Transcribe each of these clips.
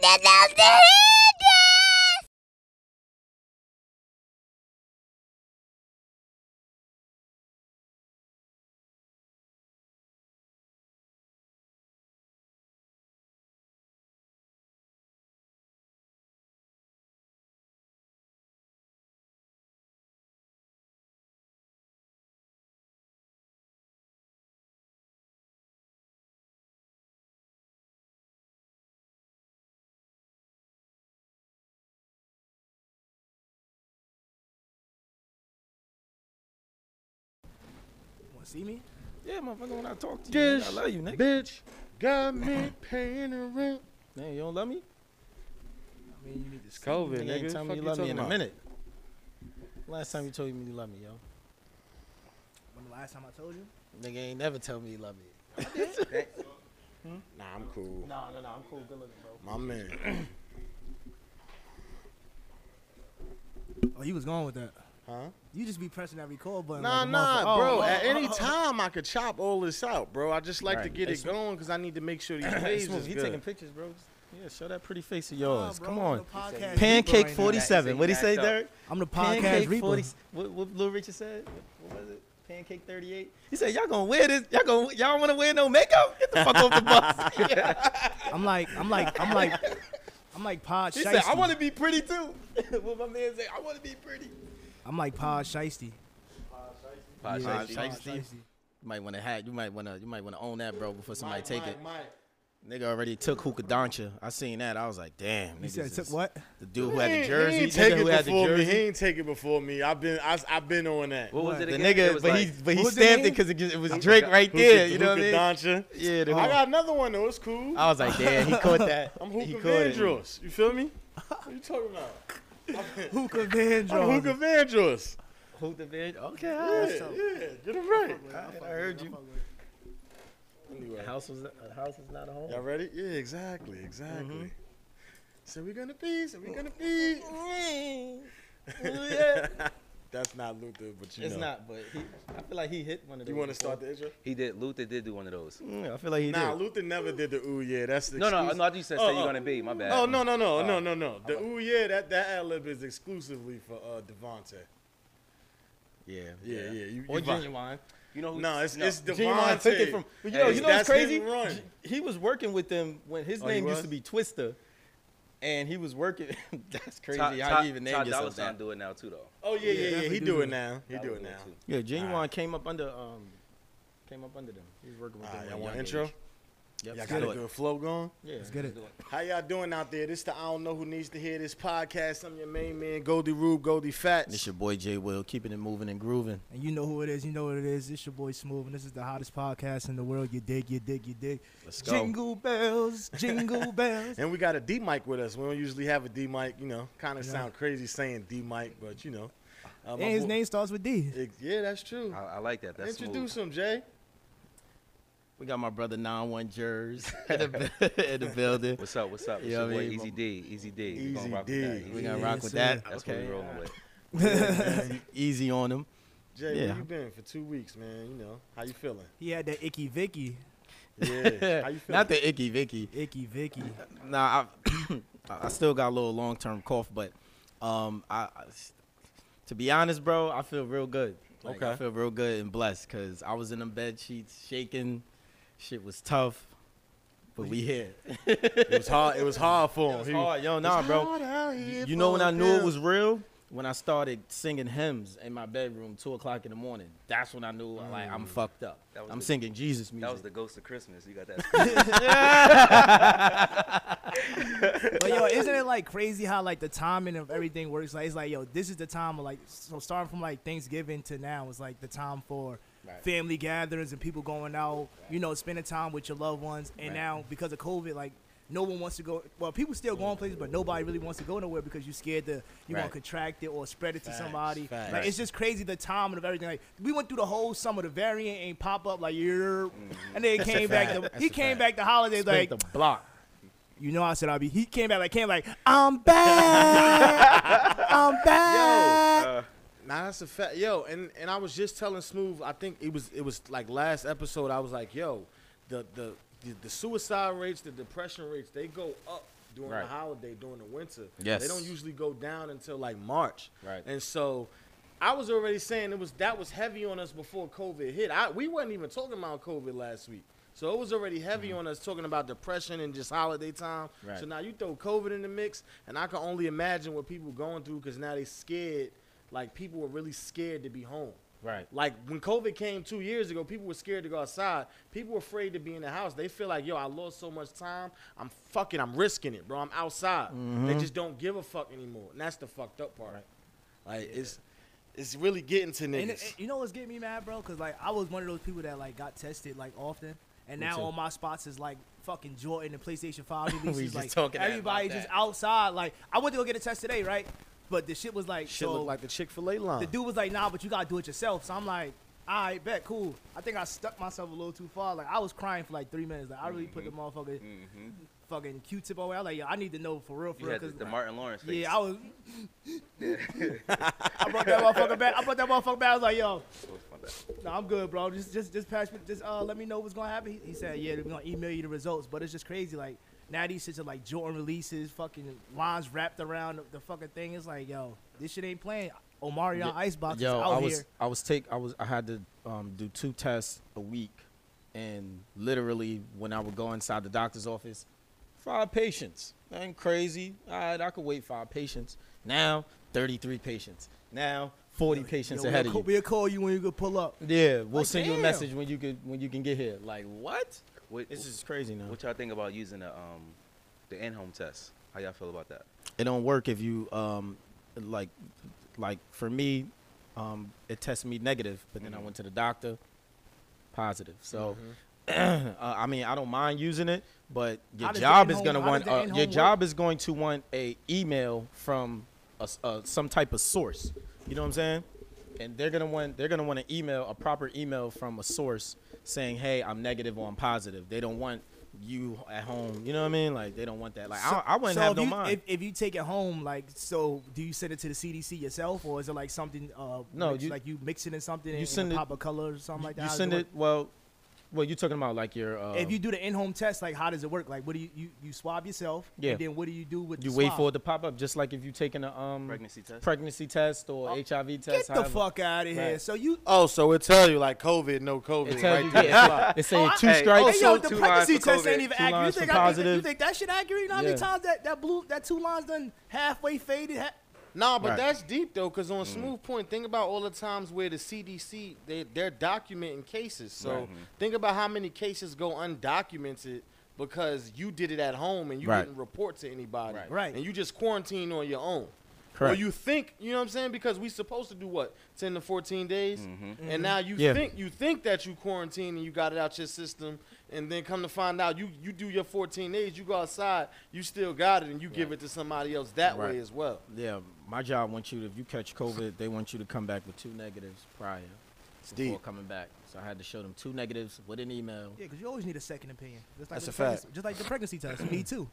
that love the Hindu. Want to see me? Yeah, motherfucker, when I talk to you, nigga, This I love you, nigga. bitch got me paying the rent. Man, you don't love me? I mean, you need to It's see COVID, Nigga, nigga. ain't tell Fuck me you you love me talking in a about? minute. Last time you told me you love me, yo. When the last time I told you? Nigga ain't never tell me you love me. Nah, I'm cool. No, no, no, I'm cool. Good looking, bro. My man. Oh, you was going with that. Huh? You just be pressing that recall button. Nah, like a motherfucker. nah, Oh, bro. oh, At oh, any oh, oh. time, I could chop all this out, bro. I just like to Right. get It's- it going because I need to make sure these plays Smooth, is he good. taking pictures, bro. Yeah, show that pretty face of Nah, yours. Oh, bro, Come I'm on. the podcast reaper Pancake right now. 47. What do you say, He said he Derek? I'm the podcast Pancake reaper. 40. What, what Lil Richard said? What, what was it? Pancake 38. He said, "Y'all gonna wear this? Y'all gonna y'all don't wanna wear no makeup? Get the fuck off the bus." I'm like, I'm like, I'm like, I'm like Pod He said, "I Shiesty. want to be pretty too." what my man say? I want to be pretty. I'm like Pod Shiesty. Pod Yeah. Shiesty. Pod Shiesty. Shiesty. You might wanna have. You might wanna. You might wanna own that, bro, before somebody Mike, take Mike, it. Mike. Nigga already took Hookadancha. I seen that. I was like, "Damn." You niggas said is- took what? The dude who had He the ain't- jersey. He ain't nigga take it who had the before me. He jersey. ain't take it before me. I've been, I, I've been on that. What was it The again? It nigga, was but like- he but he What was the stamped name? it because it, was Drake right there. You know what I mean? Hookah Doncha. Yeah, the I hook. got another one though. It's cool. I was like, damn, he caught that. I'm he Hookah caught it. Vandross. You feel me? What you talking about? Hookah Vandross. I'm Hookah Vandross. Hookah Vandross. Okay, all Yeah, right. yeah. Get it right. I heard you. Anyway. house was a house is not a home. Y'all ready? Yeah, exactly, exactly. Mm-hmm. So we're gonna be, so we're gonna be. That's not Luther, but you It's know. not, but he, I feel like he hit one of those. You want to start the intro? He did. Luther did do one of those. Mm, I feel like he Nah, did. Luther never did the ooh yeah. That's the No, no, exclusive- no. I just said Oh, say you're oh. gonna be. My bad. Oh no no Uh, no no Oh. no no. The ooh yeah that that ad lib is exclusively for uh Devonte. Yeah, Yeah yeah. You, Or you vi- genuine. You know who? No, it's it's Genuine Devonte. took it from. You know, Hey, you know that's what's his crazy? run. G- He was working with them when his Oh, he name was? used to be Twister, and he was working. that's crazy. Todd- how Todd- you even name Todd Dolla yourself Sign that? do it now too, though. Oh yeah yeah yeah. definitely He do do it that. now. He do it Dollar Sign now. too. Yeah, genuine Alright. came up under um, came up under them. He was working with them. Alright, y'all when a want young intro? age. Yep, Y'all let's got do a it. good flow going. Yeah, Let's get it. How y'all doing out there? This the I don't know who needs to hear this podcast. I'm your main man, Goldie Rube, Goldie Fats. This your boy J Will, keeping it moving and grooving. And you know who it is. You know what it is. It's your boy Smooth, and this is the hottest podcast in the world. You dig, you dig, you dig. Let's go. Jingle bells, jingle bells. And we got a D mic with us. We don't usually have a D mic. You know, kind of Yeah. sound crazy saying D mic, but you know. Uh, And my his boy- name starts with D. Ex- Yeah, that's true. Ah, I, I like that. That's Introduce smooth. him, Jay. We got my brother Nine One Jers in the, in the building. What's up? What's up? It's Yeah, your I boy mean, Easy my- D. Easy D. We Easy gonna rock D. with that. We Easy gonna D. Yeah, rock with sir. that. That's what we okay, rolling with. easy on him. Jay, Yeah. where you been for two weeks, man? You know, how you feeling? He had that icky Vicky. Yeah. how you feeling? Not the icky Vicky. Icky Vicky. Nah, I, I still got a little long term cough, but um, I, I- to be honest, bro, I feel real good. Like, I Okay. feel real good and blessed because I was in them bed sheets shaking. Shit was tough, but we here. it was hard. It was hard for him. It was He- hard, yo, nah, It's bro. hard out here You know for when I a knew it pimp. was real? When I started singing hymns in my bedroom, two o'clock in the morning. That's when I knew like Mm. I'm fucked up. That was I'm the- singing Jesus music. That was the ghost of Christmas. You got that. But yo, isn't it like crazy how like the timing of everything works? Like it's like yo, this is the time of like so starting from like Thanksgiving to now is like the time for Right. family gatherings and people going out, you know, spending time with your loved ones. And now because of COVID, like no one wants to go. Well, people still going places, but nobody really wants to go nowhere because you're scared to you Right. want to contract it or spread it to Facts, somebody. facts. Like it's just crazy the timing of everything. Like we went through the whole summer, the variant ain't pop up like you're, and then it came back. fact. The, Mm-hmm. That's he a fact. came back the holidays Spent like the block. you know I said I'll be. He came back like came like I'm back. I'm back. Nah, that's a fact, yo. And and I was just telling Smooth, I think it was it was like last episode. I was like, yo, the the the, the suicide rates, the depression rates, they go up during Right. the holiday, during the winter. Yes. They don't usually go down until like March. Right. And so I was already saying it was that was heavy on us before COVID hit. I we wasn't even talking about COVID last week. So it was already heavy on us talking about depression and just holiday time. Mm-hmm. Right. So now you throw COVID in the mix, and I can only imagine what people going through because now they scared. Like people were really scared to be home. Right. Like when COVID came two years ago, people were scared to go outside. People were afraid to be in the house. They feel like, yo, I lost so much time. I'm fucking, I'm risking it, bro. I'm outside. They just don't give a fuck anymore. And that's the fucked up part. Like it's it's really getting to niggas. And, and you know what's getting me mad, bro? Cause like I was one of those people that like got tested like often, and now too. all my spots is like fucking Jordan and PlayStation Five releases. just like talking about everybody just that. outside. Like I went to go get a test today, right? But the shit was like Shit so look like uh. the Chick Fil A line. the dude was like, nah, but you gotta do it yourself. So I'm like, all right, bet, cool. I think I stuck myself a little too far. Like I was crying for like three minutes. Like I really put the motherfucker fucking Q-tip away. I was like, yo, I need to know for real, for You real. had the, 'cause, the like, Martin Lawrence face. yeah, I was. I brought that motherfucker back. I brought that motherfucker back. I was like, yo, Oh, my bad. no, I'm good, bro. Just, just, just pass me. Just uh, let me know what's gonna happen. He, he said, yeah, we're gonna email you the results. But it's just crazy. Like now these shits are like Jordan releases, fucking lines wrapped around the, the fucking thing. It's like, yo, this shit ain't playing. Omari on Icebox is Yo, out I was here. I was take I was I had to um, do two tests a week, and literally when I would go inside the doctor's office, five patients. Nothing crazy. All right, I could wait five patients. Now thirty three patients. Now forty patients Yo, ahead we'll, of call- you. We'll call you when you can pull up. Yeah, we'll Like, send you a damn. message when you can when you can get here. Like what? What, This is crazy now. what y'all think about using the um the in-home test? How y'all feel about that? It don't work if you um like like for me, um it tested me negative, but then I Mm-hmm. went to the doctor, positive. So uh, I mean I don't mind using it, but your Mm-hmm. How does the job is in-home- gonna how does want the uh, in-home your work? job is going to want a email from a s uh, some type of source. You know what I'm saying? And they're gonna want they're gonna want an email a proper email from a source saying hey I'm negative or I'm positive. They don't want you at home. You know what I mean? Like they don't want that. Like I, I wouldn't so have if no you, mind. If, if you take it home, like, so do you send it to the CDC yourself, or is it like something? Uh, No, mix- you- like you mix it in something and, send and it- pop a color or something like that. You How does send work? it well. Well, you're talking about like your. Uh, if you do the in-home test, like how does it work? Like, what do you you, you swab yourself? Yeah. And then what do you do with you the wait swab? for it to pop up, just like if you taking a um Pregnancy test? pregnancy test or HIV Oh, Get test. the however. fuck out of here! Right. So you oh, so it tell you like COVID, no COVID. It tells right you there. yeah, it's, it's saying two hey, oh, hey, strikes. also- yo, the two pregnancy lines for test COVID, ain't even two accurate. You lines think, for I, you think- you positive. think that shit accurate? You know how many Yeah. times that that blue that two lines done halfway faded? Ha- Nah, but Right. Mm. that's deep though, because on Smooth Point, think about all the times where the CDC they they're documenting cases. So Right. think about how many cases go undocumented because you did it at home and you Right. didn't report to anybody, Right. Right. And you just quarantine on your own. Correct. Or you think you know what I'm saying because we supposed to do what ten to fourteen days, and now you Yeah. think you think that you quarantine and you got it out your system, and then come to find out you you do your fourteen days, you go outside, you still got it, and you give it to somebody else that Right. way as well. Yeah, my job wants you to if you catch COVID, they want you to come back with two negatives prior It's before deep. coming back. So I had to show them two negatives with an email. yeah, because you always need a second opinion. Just like That's the a fact. pregnancy- Just like the pregnancy test, you need two.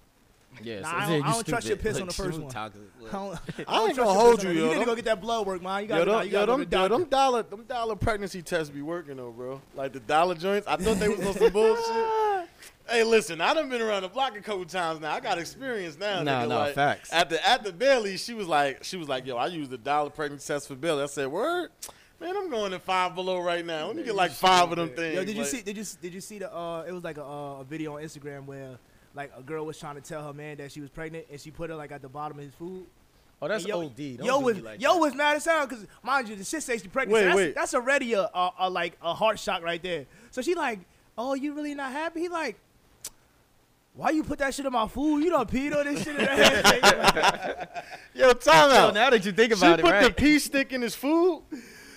Yeah, Nah, so- I yeah, don't- you I don't trust your stupid. piss on the first you one. toxic. I don't, I ain't trust gonna your hold personal- you, yo. You need to Them- go get that blood work, man. You Yo, gotta, nah, them, you yo, gotta them, go to the yo, doctor. them dollar, them dollar pregnancy tests be working though, bro. Like the dollar joints, I thought they was on some bullshit. Hey, listen, I done been around the block a couple times now. I got experience now. Nah, nigga. nah, like, facts. At the at the Bailey, she was like, she was like, yo, I used the dollar pregnancy test for Bailey. I said, word, man, I'm going to five below right now. Let me get like five of them things. Yo, did you like- see? Did you did you see the? Uh, it was like a, uh, a video on Instagram where like a girl was trying to tell her man that she was pregnant, and she put her like at the bottom of his food. Oh, that's And yo, OD. Don't yo do was me like yo that. was mad as hell because mind you, the shit says she pregnant. Wait, so that's, wait. that's already a, a, a like a heart shock right there. So she like, oh, you really not happy? He like. Why you put that shit in my food? You done peed on this shit in that Yo, time Yo, out. now that you think she about put it, right? the pea stick in his food.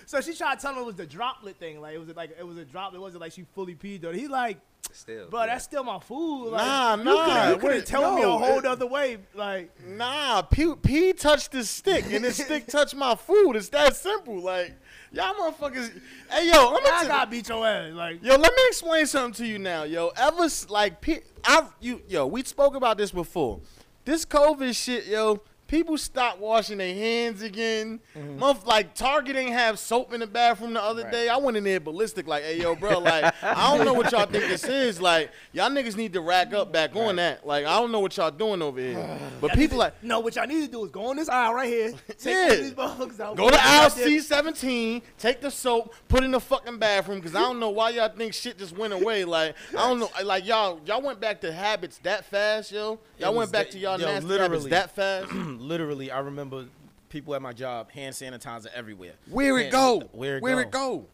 So she tried to tell him it was the droplet thing. Like it was like it was a droplet. It wasn't like she fully peed on it. He like, Still. Bro, that's still my food. Like, Nah, you nah, coulda- You wait, could have told me a no, whole it- other way. Like, Nah, P, P touched his stick and his stick touched my food. It's that simple. Like, y'all motherfuckers. Hey, yo, I'm I gonna got beat your ass. Like, Yo, let me explain something to you now, yo. Ever s- like, pe- I've you, yo, we spoke about this before. This COVID shit, yo. People stop washing their hands again. Month like Target ain't have soap in the bathroom the other day. I went in there ballistic, like, hey yo, bro, like I don't know what y'all think this is. Like y'all niggas need to rack up back on that. Like I don't know what y'all doing over here. But people like No, what y'all need to do is go on this aisle right here. Take Yeah. these motherfuckers out. Go to aisle out there. C seventeen, take the soap, put it in the fucking bathroom, cause I don't know why y'all think shit just went away. Like I don't know, like y'all y'all went back to habits that fast, yo. Y'all was went back that- to y'all yo, nasty literally. habits that fast. Literally, I remember people at my job hand sanitizer everywhere. Where Man, it go? where it go?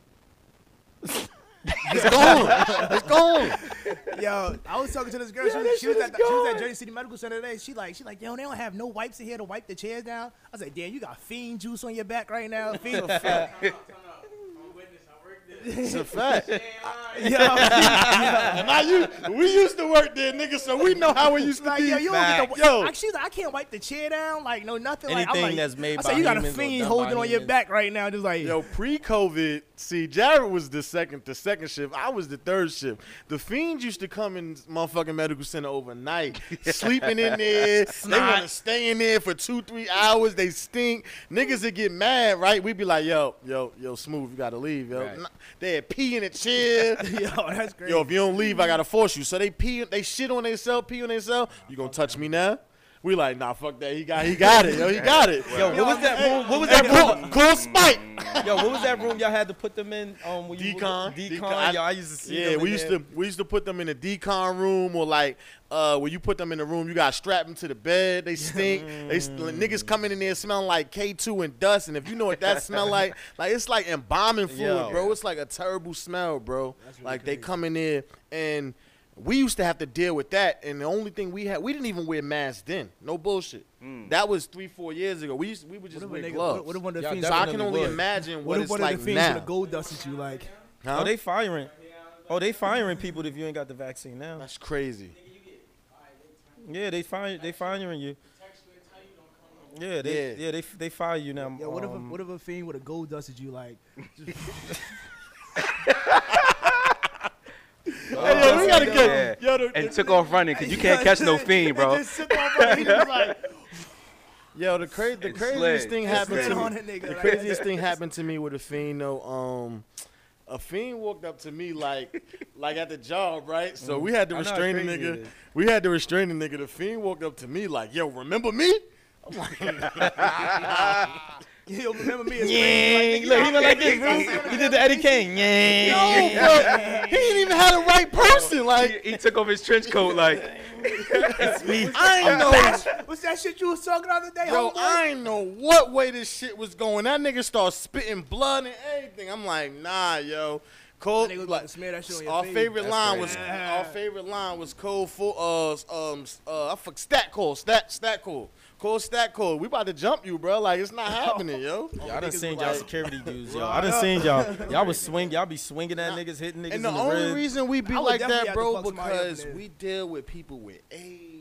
it's gone. It's gone. Yo, I was talking to this girl. she, was, she was at the, she was at Jersey City Medical Center today. She like she like yo, they don't have no wipes in here to wipe the chairs down. I was like, damn, you got fiend juice on your back right now. Fiend. It's a fact. yo, And I used, we used to work there, nigga, so we know how we used to like be. yo, you don't get the Yo. yo. Like, she's like, I can't wipe the chair down. Like no nothing. like, Anything I'm like, that's made I said, by you got a humans or fiend done holding by on your humans." back right now. Just like Yo, pre-COVID, see, Jared was the second, the second shift. I was the third shift. The fiends used to come in motherfucking medical center overnight, sleeping in there. they want to stay in there for two, three hours. They stink. Niggas would get mad, right? We'd be like, yo, yo, yo, smooth, you gotta leave, yo. Right. Nah, They had pee in the chair. yo, that's crazy. Yo, if you don't leave, I gotta force you. So they pee, they shit on themselves, pee on themselves. You gonna touch me now? We like, nah, fuck that. He got, he got it, yo. He got it. Yo, what was that room? What was Hey, that cool, room? cool spike. Yo, what was that room y'all had to put them in? Um, when you Decon. Decon. Decon. Yo, I used to see. Yeah, them we in used there. to we used to put them in a decon room or like uh where you put them in the room, you got strapped them to the bed, they stink. they s- niggas coming in there smelling like K2 and dust, and if you know what that smell like, like it's like embalming fluid, Yo. bro. It's like a terrible smell, bro. like they come in there and we used to have to deal with that, and the only thing we had, we didn't even wear masks then. No bullshit. Hmm. That was three, four years ago. We used, we would just What if, a wear nigga, gloves. what, what if one of the Y'all fiends? so I can Definitely only would. imagine what, What if it's one like of the fiends now. with a gold dust at you? Like Huh? Oh, they firing. Oh, they firing people if you ain't got the vaccine now. That's crazy. Yeah, they fire. They firing you. Yeah, they Yeah. yeah, they they fire you now. yo, what if a, um, what if a fiend with a gold dust at you? Like Hey, yo, we gotta Oh, Yeah. get yo, the, And the- took off running because you can't catch no fiend, bro. Just sit on my feet and like yo, the, cra- the It's craziest lit. thing It's happened lit. spit to on me. that nigga. The like- craziest thing happened to me with a fiend though. Um, a fiend walked up to me like, like at the job, right? So we had to I know how restrain the crazy it nigga. is. We had to restrain the nigga. The fiend walked up to me like, yo, remember me? He'll remember me as Yang. Look, he went like this. bro. He did the Eddie Kane. No, Yang. bro, he didn't even have the right person. Like, He, he took off his trench coat like I ain't know. What's that shit you was talking the other day? Yo, homeboy? I ain't know what way this shit was going. That nigga started spitting blood and everything. I'm like, nah, yo. Cold, That nigga was about like, to smear that shit on your our face. favorite line was crazy. our favorite line was cold for uh um uh I fuck stat call stat stat call cold stat call. We about to jump you, bro. Like it's not happening, yo. Y'all done Niggas seen was y'all like- security dudes, yo. I done seen y'all. Y'all was swing. Y'all be swinging at niggas, hitting And niggas in the, the only ribs. reason we be I would like definitely that, have to bro, fuck somebody up in because there. we deal with people with AIDS.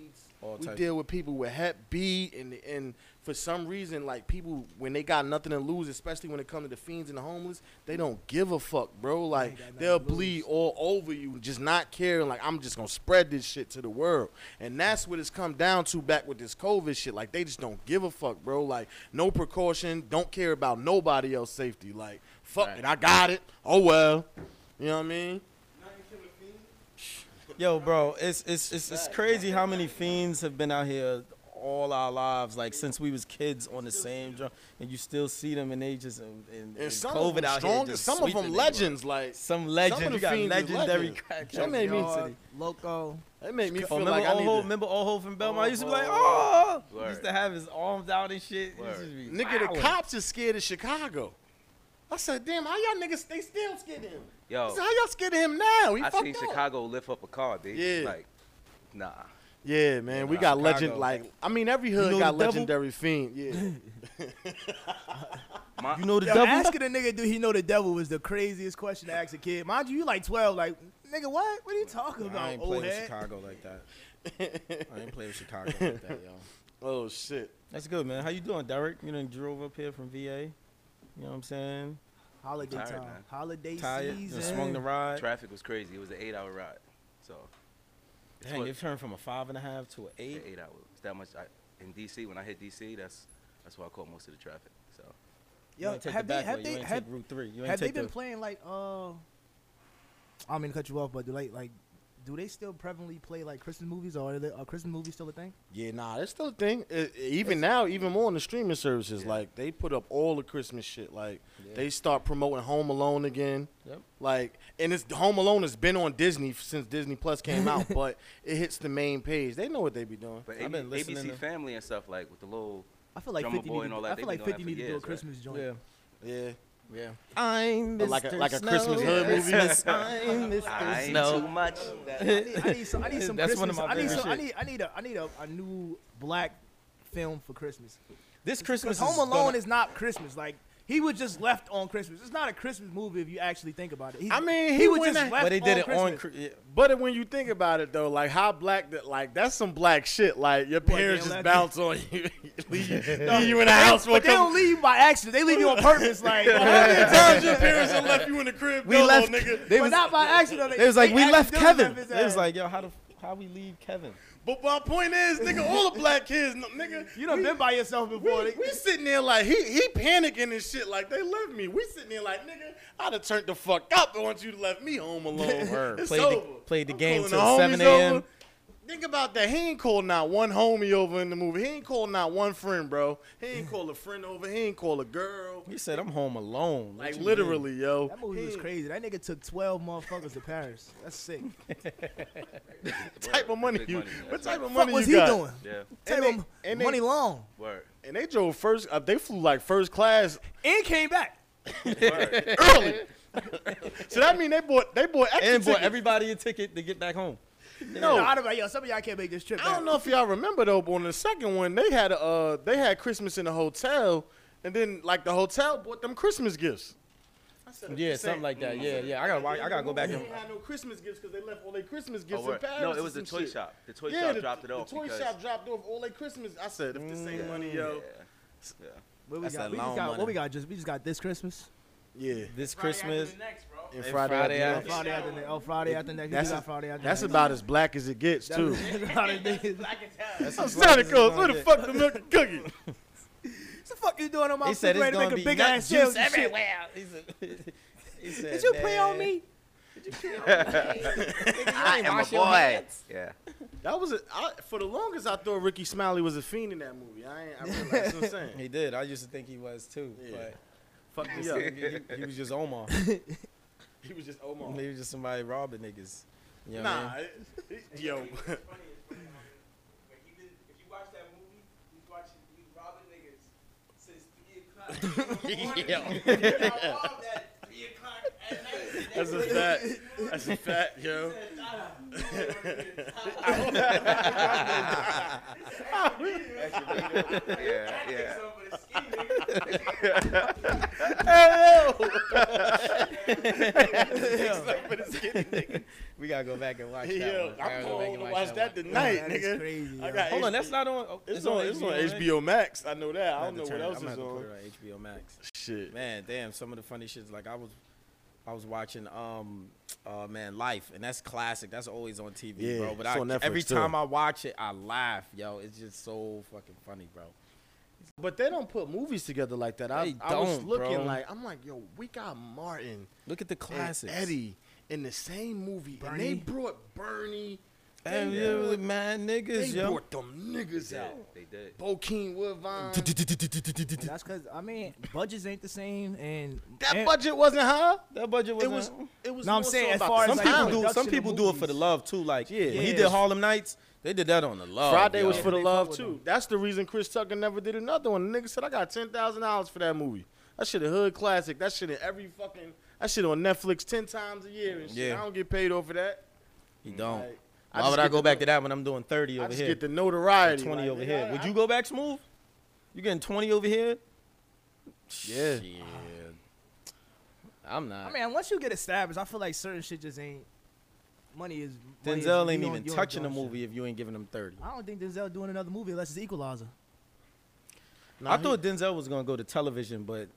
All we type. deal with people with Hep B, and and for some reason, like people when they got nothing to lose, especially when it comes to the fiends and the homeless, they don't give a fuck, bro. Like got nothing they'll to lose. bleed all over you, just not caring. Like I'm just gonna spread this shit to the world, and that's what it's come down to back with this COVID shit. Like they just don't give a fuck, bro. Like no precaution, don't care about nobody else's safety. Like fuck it, I got it. Oh well, you know what I mean? Yo, bro, it's it's it's, it's crazy how many fiends have been out here all our lives, like since we was kids on the same drum, and you still see them, and they just and, and, And and some COVID of them out here, strong, just some of sweeping them it, bro. legends. Like Some legend, Some of you the got fiends is legendary legends. crackers. That made me yo. sick. Loco. That made me Oh, feel remember like I need Oho? to. Remember Oho from Belmont? I used to be like, Oho. oh, He used Word. to have his arms out and shit. He used to be Nigga, the wildin'. cops is scared of Chicago. I said, damn, how y'all niggas, they still scared of him. I yo. said, how y'all scared of him now? He I fucked seen up. Chicago lift up a car, dude. Yeah. Like, nah. Yeah, man, we got Chicago. legend, like, I mean, every hood know got the devil? legendary fiend. Yeah. My, You know the Yo, devil? asking a nigga do he know the devil was the craziest question to ask a kid. Mind you, you like twelve. Like nigga, what? What are you talking about? I ain't play old with head? Chicago like that. I ain't play with Chicago like that, yo. oh, shit. That's good, man. How you doing, Derek? You done drove up here from VA. You know what I'm saying? Holiday Tired, time. man. Holiday Tired. You season. done swung the ride. traffic was crazy. It was an eight-hour ride, so Dang, what- it turned from a five and a half to an yeah, eight. eight hours. It's that much. I, in DC, when I hit DC, that's that's where I caught most of the traffic. So You ain't take the back way. You ain't take Route Three. You ain't have they take been the. playing like uh? I don't mean to cut you off, but do like like do they still prevalently play like Christmas movies or are, they, are Christmas movies still a thing? Yeah, nah, that's still a thing. E- e- even now, even more on the streaming services, like they put up all the Christmas shit. Like they start promoting Home Alone again. Yep. Like, and it's Home Alone has been on Disney f- since Disney Plus came out, but it hits the main page. They know what they be doing. But I've AB, been listening ABC to- Family and stuff like with the little. I feel like Drummer fifty Boy need and to, all that, I they feel been like doing that fifty for need to do a years, right? Christmas joint. Oh, Yeah, Yeah. yeah. I'm Or like a- Mr. like a Christmas Snow. hood movie. I'm I Mr. ain't Snow. too much. I need, I need some. I need some. That's Christmas. one of my I need favorite some, I shit. need. I need a. I need a, a new black film for Christmas. This Because Christmas, Home is Alone gonna- is not Christmas. Like he was just left on Christmas. It's not a Christmas movie if you actually think about it. He, I mean, he was went just at- left But they did it on. Chri- Christmas. yeah. But when you think about it though, like how black that, like that's some black shit. Like your Boy, parents damn, just that- bounce on you, leave you, leave you in the house for a But they couple. don't leave you by accident. They leave you on purpose. Like Times your parents done left you in the crib. We dolo, left. nigga. They but was, not by accident. they was like, we left actually did Kevin. his They was ass. like, yo, how the how we leave Kevin? But my point is, nigga, all the black kids, n- nigga, you done been by yourself before. we, we sitting there like he he panicking and shit. Like they left me. We sitting there like nigga, I'd have turned the fuck up. I want you to left me home alone. Word. It's Played the- over. played the I'm calling game till the 7 homies a.m.. over. Think about that. He ain't called not one homie over in the movie. He ain't called not one friend, bro. He ain't called a friend over. He ain't called a girl. He said, I'm home alone. What Like you mean? literally, yo. that movie was He- crazy. That nigga took twelve motherfuckers to Paris. That's sick. What type of money Big you? money, What that's type right. of What money was you he got? doing? Yeah, Take they- him and they- money long word. And they drove first. Uh, they flew like first class and came back. early. so that mean they bought they bought extra And boy, tickets. everybody a ticket to get back home. No, I'd be like, yo, some of y'all can't make this trip. I don't know if y'all remember though, but on the second one they had a, uh they had Christmas in a hotel, and then like the hotel bought them Christmas gifts. Yeah, something like Mm-hmm. that. Yeah, yeah. I gotta I gotta go back They and didn't have no Christmas gifts because they left all their Christmas Oh, gifts in word. Paris. No, it and was the some toy shit. shop. The toy yeah, shop the, dropped it the off. toy because- shop dropped off all their Christmas. I said, if this Mm. ain't money, Yeah. yo. yeah. What we That's got? that We just long got money. what we got. Just we just got this Christmas. Yeah. this Christmas. And Friday Friday after after. Friday after next. Oh, Friday after next. We That's just a- got Friday after That's next. about as black as it gets too. That's about it is. I'm Santa Claus. Where the Yeah. fuck the milk and cookie? What the fuck you doing on my He said it's food? Ready to make gonna a be big nut ass sales juice and shit. everywhere. He said- he said, Did you play on "Man, me? I am a wash your boy. hands. Yeah. That was a, I, for the longest. I thought Ricky Smiley was a fiend in that movie. I ain't. I realized what I'm saying. He did. I used to think he was too, Yeah. but Fuck me up. he, he- he was just Omar. He was just Omar. he was just somebody robbing niggas. You know what I Nah, it- it- yo. That's a fact. That's a fact, yo. Yeah. Yeah. mean? We gotta go back and watch that. Yo, one. We I'm gotta go back going and to watch that one. tonight, Nah, that's nigga. crazy, I yo. got Hold on, HBO that's not on. oh, It's, on. It's on HBO Max. I know that. I don't know what else I'm is gonna have to on. put it on HBO Max. Shit. Man, damn, some of the funny shits. Like I was, I was watching, um, uh, man, Life, and that's classic. That's always on TV, Yeah, bro. But it's I, on Netflix, every too. time I watch it, I laugh, yo. It's just so fucking funny, bro. But they don't put movies together like that. I, They I was don't, looking bro. like I'm like, yo, we got Martin Look at the and classics. Eddie in the same movie, and Bernie. they brought Bernie. Hey, They yeah, brought- mad They niggas, yo. brought them niggas out. They did. Bokeem Woodvine. That's because I mean budgets ain't the same and That and- budget wasn't high. That budget was. It was. It was. No, I'm more so saying as about far the as, some like, sound. people the do. Some production people of do it for the movies. love too. Like yeah, when he Yeah. did Harlem Nights. They did that on the love. Friday was yo. for the They fuck love with too. them. That's the reason Chris Tucker never did another one. The nigga said I got ten thousand dollars for that movie. That shit a hood classic. That shit in every fucking. That shit on Netflix ten times a year and shit. Yeah. I don't get paid over that. He don't. Like, Why just would I get go the back no- to that when I'm doing 30 I over just here? get the notoriety. 20 like, over nigga, here. I- Would I- you go back smooth? You getting 20 over here? Yeah. Shit. I'm not. I mean, once you get established, I feel like certain shit just ain't money is. money Denzel ain't is- you even don't- you don't touching the join shit. movie if you ain't giving him 30. I don't think Denzel doing another movie unless it's Equalizer. Nah, I he- thought Denzel was gonna go to television, but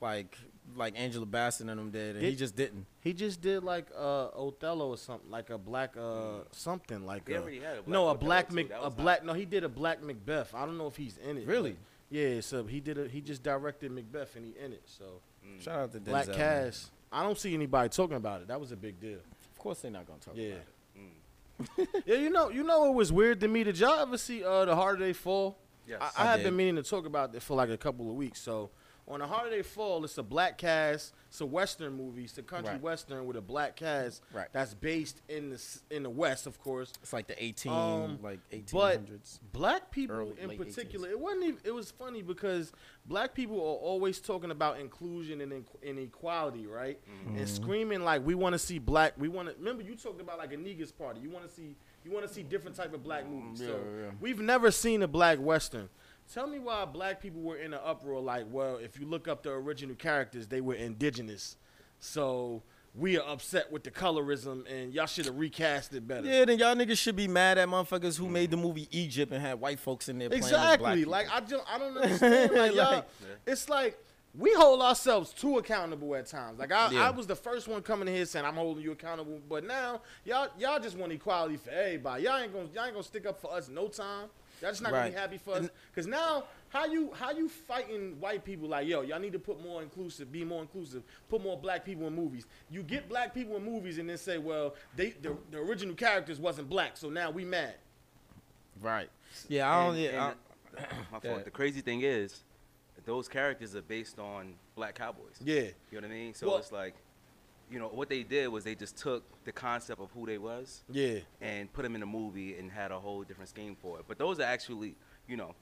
like like Angela Bassett and them did, and he Did- just didn't. He just did like uh Othello or something, like a black uh something like Mm. He a, already had a black no a Othello, black too. Mac, That a was hot. black no he did a black Macbeth. I don't know if he's in it. Really? but- Yeah. So he did a he just directed Macbeth and he in it. So Shout out to Denzel. black man. cast. I don't see anybody talking about it. That was a big deal. Of course, they're not gonna talk Yeah. about it. Mm. yeah, you know, you know, it was weird to me. Did y'all ever see uh, the Harder They Fall? Yes. I, I, I have did. been meaning to talk about this for like a couple of weeks. So on the Harder They Fall, it's a black cast. It's a western movie. It's a country Right. western with a black cast Right. that's based in the s- in the West, of course. It's like the 18, Um, like 1800s. But black people Early- in late particular, it wasn't. Even, it was funny because black people are always talking about inclusion and in, inequality, right? Mm-hmm. And screaming like we want to see black. We want to remember you talked about like a niggas party. You want to see. You want to see different type of black movies. Mm, yeah, so yeah. we've never seen a black western. Tell me why black people were in an uproar. Like, well, if you look up the original characters, they were indigenous. So we are upset with the colorism, and y'all should have recast it better. yeah, then y'all niggas should be mad at motherfuckers who made the movie Egypt and had white folks in there. playing as black Exactly. people. Like I just I don't understand. Like, y'all- Like- it's like we hold ourselves too accountable at times. Like I, Yeah. I was the first one coming in here saying I'm holding you accountable, but now y'all y'all just want equality for everybody. Y'all ain't gonna y'all ain't gonna stick up for us no time. Y'all just not gonna be Right. happy for us. Cause now how you how you fighting white people like yo y'all need to put more inclusive, be more inclusive, put more black people in movies. You get black people in movies and then say well they the, the original characters wasn't black, so now we mad. right. Yeah, I don't. And- yeah, I and- my Go ahead. fault. The crazy thing is, those characters are based on black cowboys. Yeah. You know what I mean? So Well- it's like, you know, what they did was they just took the concept of who they was Yeah. and put them in a movie and had a whole different scheme for it. But those are actually, you know,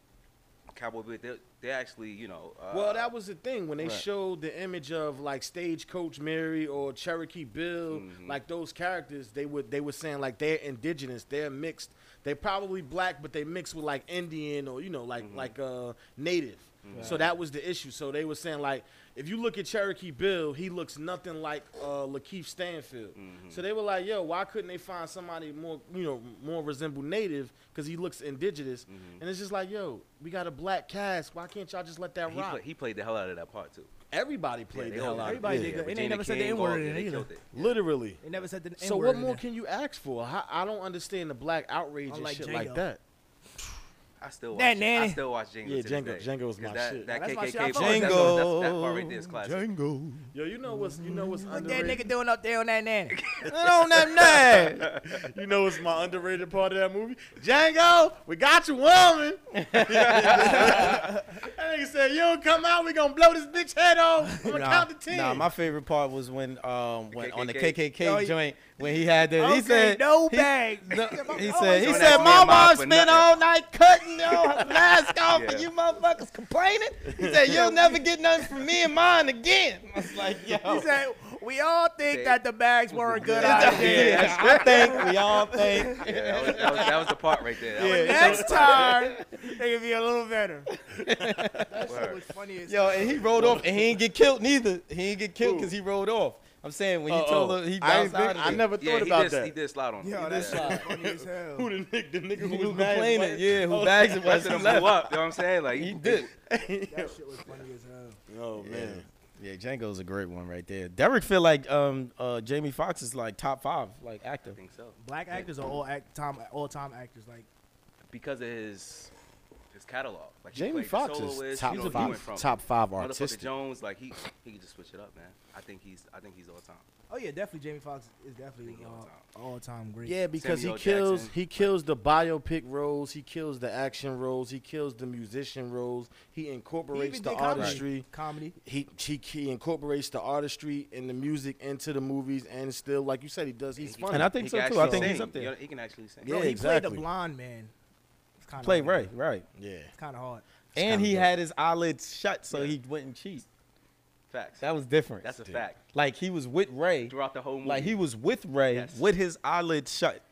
cowboy. But they're, they're actually, you know. Uh, Well, that was the thing when they Right. showed the image of like Stagecoach Mary or Cherokee Bill, Mm-hmm. like those characters, they would they were saying like they're indigenous, they're mixed, they probably black, but they mixed with like Indian or you know like Mm-hmm. like uh native. So that was the issue. So they were saying like if you look at Cherokee Bill, he looks nothing like uh Lakeith Stanfield. Mm-hmm. So they were like, yo, why couldn't they find somebody more you know more resemble native because he looks indigenous? Mm-hmm. And it's just like, yo, we got a black cast. Why can't y'all just let that he, rock? play, he played the hell out of that part too. Everybody Yeah, played they the all- hell out of Everybody it. did yeah, good. It ain't Regina never said the King, N-word all- in yeah, it they either. killed it. Literally. They never said the N word. So what more can you ask for? I, I don't understand the black outrage and Unlike shit Django. like that. I still watch. That I nanny. still watch Django. Yeah, to this Django- day. Django was 'Cause my that, shit. That That's KKK my shit. I part, fuck that's- with Django. That part right there is classic. Django. Yo, you know what's you know what's What that underrated? nigga doing up there on that nanny? I don't know that. You know what's my underrated part of that movie? Django, we got you woman. that nigga said, You don't come out, we gonna blow this bitch head off. I'm gonna count to ten. Nah, my favorite part was when um when on the KKK. KKK Oh, yeah. joint when he had the he okay, said no he, bag. no, he always said he on said that my man mom mouth for spent nothing." all night cutting your mask off Yeah. and you motherfuckers complaining. He said you'll never get nothing from me and mine again. I was like yo. He said, "We all think They- that the bags were a good Yeah. idea. I think we all think. Yeah, that, was, that, was, that was the part right there. That was- Next time, they could be a little better." That shit was funny as Yo, and he rolled off, and he didn't get killed neither. He didn't get killed because he rolled off. I'm saying when he told Uh-oh. her he I, ain't bounced think- out of I it. never yeah, thought he about did, that. He did slide on. Yo, him. that He did. shit was funny as hell. Who the nigga the nigga who He was was mad at complaining. white- Yeah, who bags it was? Busted He him blew left. up. You know what I'm saying? Like He did. That shit was funny as hell. Oh man. Yeah, Django's a great one right there. Derek feel like um uh Jamie Foxx is like top five like actor. I think so. Black actors are all act time all time actors. Like because of his his catalog. Like he Jamie played the Fox is soloist, top you know, he went from five, top five motherfucker artistic. Jones, like he he can just switch it up, man. I think he's I think he's all time. oh yeah, definitely Jamie Foxx is definitely Think all time. uh, all time great. Yeah, because Samuel he kills Jackson. he kills the biopic roles, he kills the action roles, he kills the musician roles, he he incorporates even the did comedy. artistry. Comedy. He, he he incorporates the artistry and the music into the movies, and still, like you said, he does. He's He- funny. And I think he so, can too. I actually think he's sing. up there. You know, he can actually sing. Bro, Yeah, he played exactly. the blonde man. It's kind of Play right, right. yeah, It's kind of hard. And kinda he dope. had his eyelids shut, so Yeah. he wouldn't cheat. Facts. That was different. That's a Dude. fact. like he was with Ray. Throughout the whole movie. Like he was with Ray Yes. with his eyelids shut,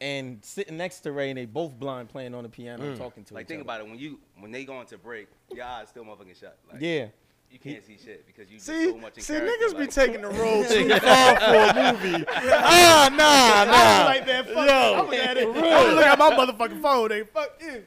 and sitting next to Ray, and they both blind playing on the piano, Mm. and talking to like each think other. about it when you when they go into break, your eyes still motherfucking shut. Like, Yeah. You can't see shit because you just See, so much in see, character, niggas be like- taking the role too far for a movie. Ah, nah, nah. like, man, fuck. Yo. I'm gonna look at my motherfucking phone. They fuck you.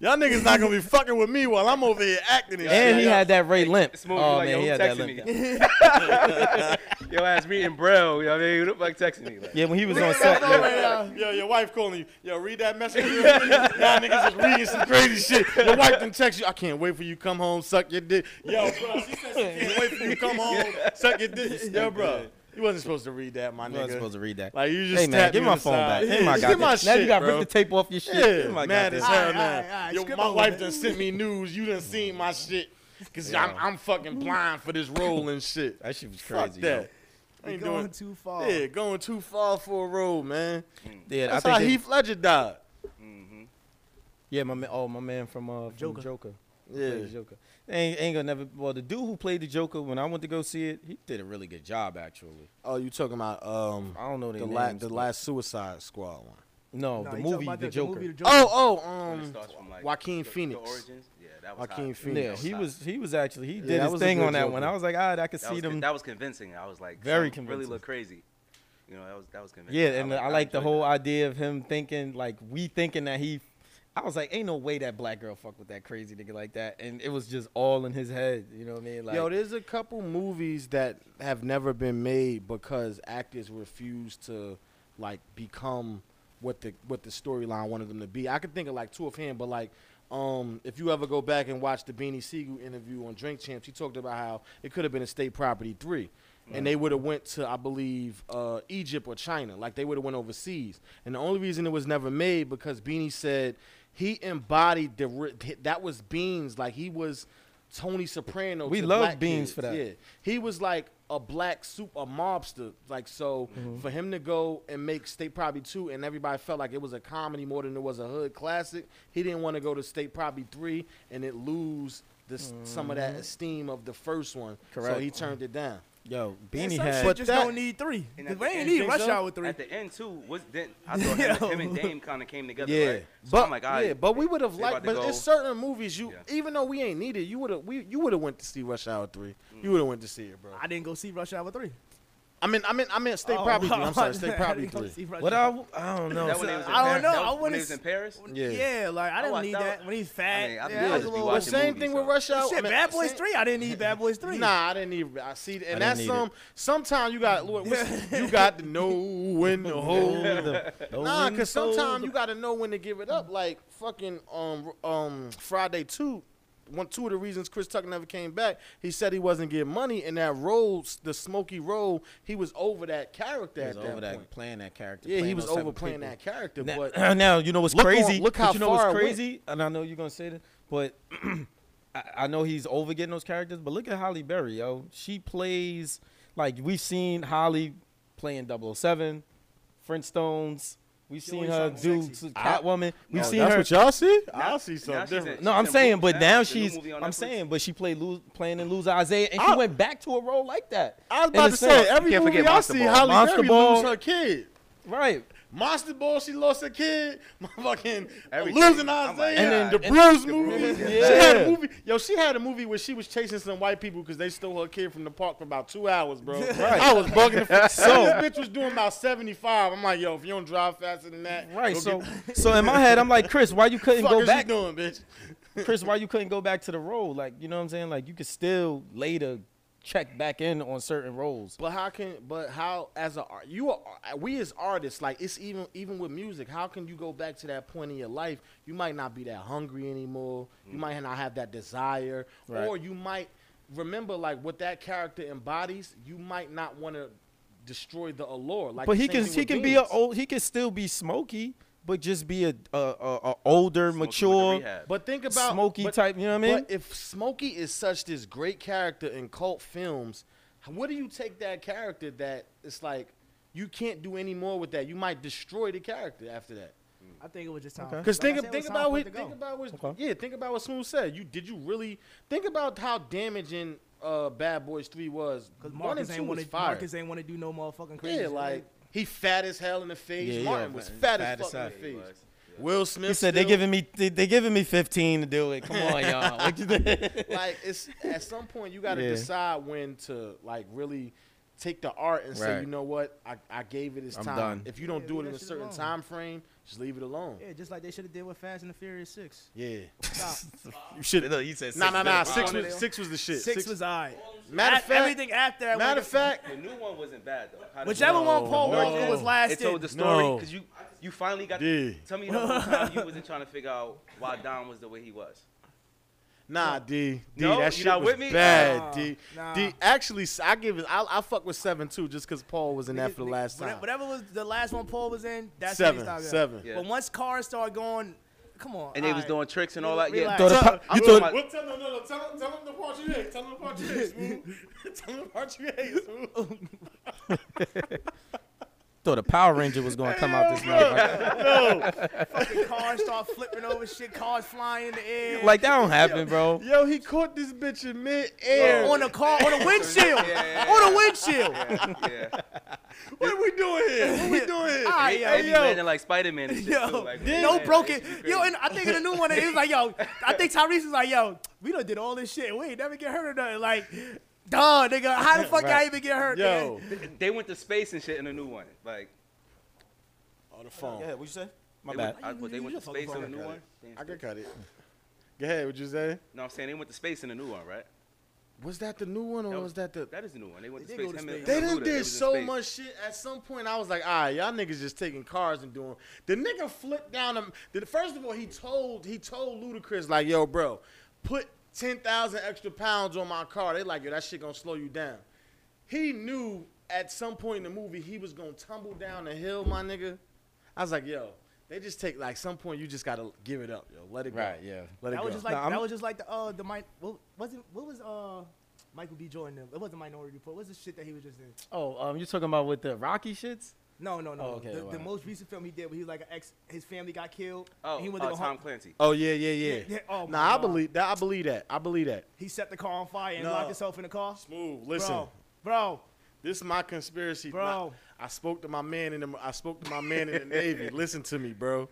Y'all niggas not gonna be fucking with me while I'm over here acting and, And shit. he had that Ray limp. Smooth, Oh man, like, yo, he who had that texting limp. me? yo, ass reading braille. You know what I mean? Who the fuck texting me? Like, Yeah, when he was on set. Yo, yo, your wife calling you. Yo, read that message. real quick. Y'all niggas is reading some crazy shit. Your wife done text you. I can't wait for you come home, suck your dick. Yo, bro, she said she can't wait for you to come home, suck your dick. Yo, bro, you wasn't supposed to read that, my I wasn't nigga. supposed to read that. Like you just Hey man, tapped give me my on the phone back. side. Give my Give goddamn. my Now shit, you got bro. rip the tape off your shit. Yeah, Give my mad as goddamn- hell Alright, now. alright, alright, Yo, skip my over wife it. done sent me news. You done seen my shit. Cause I'm, I'm fucking blind for this role and shit. That shit was Fuck crazy. yo. that. I You're ain't going doing. too far. Yeah, going too far for a role, man. Yeah, That's I think how they- Heath Ledger died. Yeah, my man, oh my man from uh from Joker. Joker. Joker. Who Yeah. played the Joker. Ain't, ain't gonna never. Well, the dude who played the Joker when I went to go see it, he did a really good job actually. Oh, you talking about um I don't know their the last names, the but- last Suicide Squad one? No, Nah, the, he talking movie, about the Joker. movie, The Joker. Oh, oh, when it um, starts from, like, Joaquin the- the Phoenix. origins. Yeah, that was Joaquin hot. Phoenix. yeah, he was he was actually he did that his was a thing good on that one. Joker. I was like, all right, I could That see was, them. that was convincing. I was like, Very something convincing. Really look crazy. You know, that was that was convincing. yeah, and I like the enjoyed whole that. idea of him thinking like we thinking that he. I was like, ain't no way that black girl fuck with that crazy nigga like that, and it was just all in his head. You know what I mean? Like, Yo, there's a couple movies that have never been made because actors refuse to like become what the what the storyline wanted them to be. I could think of like two of him, but like um, if you ever go back and watch the Beanie Siegel interview on Drink Champs, he talked about how it could have been a state property three. And they would have went to, I believe, uh, Egypt or China. Like they would have went overseas. And the only reason it was never made because Beanie said he embodied the ri- that was Beans. Like he was Tony Soprano. We to love black Beans kids. for that. Yeah, he was like a black super a mobster. Like so, for him to go and make State Property two, and everybody felt like it was a comedy more than it was a hood classic. He didn't want to go to State Property three and it lose this some of that esteem of the first one. So Correct. he turned it down. yo, And Beanie some had. shit But just that- don't need three. And 'Cause at we the ain't end- need think rush so? hour with three. At the end too, was then I thought him, him and Dame kind of came together. Yeah, right? So but I'm like, all right, yeah, but we would have they liked. about to But go. it's certain movies you, Yeah. even though we ain't needed, you would have we you would have went to see Rush Hour three. Mm. You would have went to see it, bro. I didn't go see Rush Hour three. I mean, I mean, I meant State Oh, Property three. I I'm sorry, didn't State Property go three. see Rush what Hour I I don't know. That when they was in I don't Paris- know. that was I when wouldn't they was in s- Paris. Yeah. Yeah. like I didn't watched need that that one. when he's fat. I mean, I yeah, be I was honest, a we little- The watching same movies, thing so- with Rush Hour. I Shit, mean, Bad Boys same- Three. I didn't need Bad Boys Three. Nah, I didn't even. I see, and that's need some. Sometimes you got Lord, what's- you got to know when to hold. Nah, cause sometimes you got to know when to give it up. Like fucking um um Friday two. One two of the reasons Chris Tucker never came back, he said he wasn't getting money, and that role, the smoky role, he was over that character He at was that over that, point. playing that character. Yeah, he playing was those type of overplaying people. that character, Now, but now, you know what's look on- crazy? look But how you know far it what's went. crazy, and I know you're gonna say that, but I, I know he's over getting those characters. But look at Holly Berry, yo. She plays like we've seen Holly playing 007, French Stones. We've seen her always do something s- Catwoman. We've seen Oh, that's her. what y'all see. Now- I see now something she's different. in- no, she's I'm in saying, Boots but now, now the new she's. movie on I'm Netflix. saying, but she played Lose, playing in Lose Isaiah, and she I- went back to a role like that. I was In about to the same- say every can't movie forget I Monster see, Ball. Holly Monster Berry Ball. lose her kid. right. Monster Ball, she lost her kid. My fucking Everything. losing I'm Isaiah. like, and then God. the And Bruce the movie. Bruise, yeah. She had Yeah. a movie. Yo, she had a movie where she was chasing some white people because they stole her kid from the park for about two hours, bro. I was bugging the fuck. So this bitch was doing about seventy five. I'm like, yo, if you don't drive faster than that, Right. go So, get- so in my head, I'm like, Chris, why you couldn't fuck go is back? you doing, bitch? Chris, why you couldn't go back to the role? Like, you know what I'm saying? Like, you could still later check back in on certain roles. But how can? But how as a art- you are we as artists like it's even even with music. How can you go back to that point in your life? You might not be that hungry anymore. You might not have that desire, Right. or you might remember like what that character embodies. You might not want to destroy the allure. Like, but the he same can thing he with can be a Beans. old he can still be smoky, but just be a a, a, a older, Smoking with the mature. rehab. But think about Smokey but- type, you know what I mean? But if Smokey is such this great character in cult films, what do you take that character that it's like you can't do any more with that? You might destroy the character after that. I think it was just time. Because Like think, I said, it think was time about for it what to think go. about what Okay. yeah think about what Smooth said. You did you really think about how damaging uh, Bad Boys Three was? Because One and Marcus two ain't want was to. fire. Marcus ain't want to do no motherfucking crazy. yeah, shit. like he fat as hell in the face. Yeah, yeah, Martin was man, fat, fat as fuck as in hell. the He face. was. Will Smith. He said they still- giving me they, they giving me 15 to do it. Come on, y'all. What you think? like it's at some point you got to Yeah. decide when to like really take the art and say Right. you know what I, I gave it its I'm time done. if you don't Yeah, do leave it in that a shit certain alone. time frame Just leave it alone. Yeah, just like they should have did with Fast and the Furious Six. Yeah. Stop. You should. No, you said Nah, nah, nah. Six Wow. was six was the shit. Six, was alright. matter of A- fact. everything after that. matter of was- fact. The new one wasn't bad though. How did whichever you- one Paul no. Walker was It told lasted. the story No. because you you finally got. Yeah. Tell me the whole time you wasn't trying to figure out why Don was the way he was. Nah, D. D, No, that you shit not was with me? bad, Nah, D. Oh, nah. D. Actually, s- I give it. I, I fuck with seven too, just because Paul was in that for the last Whatever- time. Whatever was the last one Paul was in, that's when he Seven, stopped it. seven. Yeah. But once cars started going, come on. And they was alright. doing tricks and all that. Yeah. Relax. Thought of- I'm you talking thought- about- Well, tell, no, no, no. Tell him, tell him the part you hate. Tell him the part you hate, Smooth. tell him the part you hate, Smooth. thought the Power Ranger was gonna come out this motherfucker. Fucking cars start flipping over shit. Cars flying in the air. Like that don't happen, bro. Yo, he caught this bitch in mid-air. on the car, on the windshield, Yeah. on the windshield. yeah. what are we doing here? What are we doing here? All right, They- yo. they be landing like Spider Man and shit. Yo, too, like, no man, broken. that shit be Yo, crazy. and I think in the new one, it was like, yo, I think Tyrese was like, yo, we done did all this shit. We ain't never get hurt or nothing. Like, duh, nigga, how the fuck I even get hurt? Yo, nigga? they went to space and shit in the new one. Like, on Oh, the phone. what you say? My they bad. went, I, what, they went to space in the new one. I can cut it. Go ahead. What you say? No, I'm saying they went to space in the new one, right? Was that the new one or That was that the? That is the new one. They went They to did space. go to Him and- space. They him and done Luda, they did was in so space. much shit. At some point, I was like, all right, y'all niggas just taking cars and doing. The nigga flipped down. Him. The, first of all, he told he told Ludacris like, yo, bro, put ten thousand extra pounds on my car. They like, yo, that shit gonna slow you down. He knew at some point in the movie he was gonna tumble down the hill, my nigga. I was like, yo, they just take like some point you just gotta give it up, yo, let it go, Right, yeah. let it That go. was just like Nah, I'm- that was just like the uh the mic. What wasn't what was uh Michael B. Jordan? It wasn't Minority Report. What's the shit that he was just in? Oh, um, you talking about with the Rocky shits? No, no, no. Oh, no. okay, the, the wow. most recent film he did, where he was like an ex, his family got killed. Oh, he uh, to go Tom home. Clancy. oh yeah, yeah, yeah. Yeah, oh my nah, I God. believe that. I believe that. I believe that. He set the car on fire and No. locked himself in the car. Smooth. Listen. Bro, bro, This is my conspiracy, Bro. I spoke to my man in the I spoke to my man in the Navy. Listen to me, bro.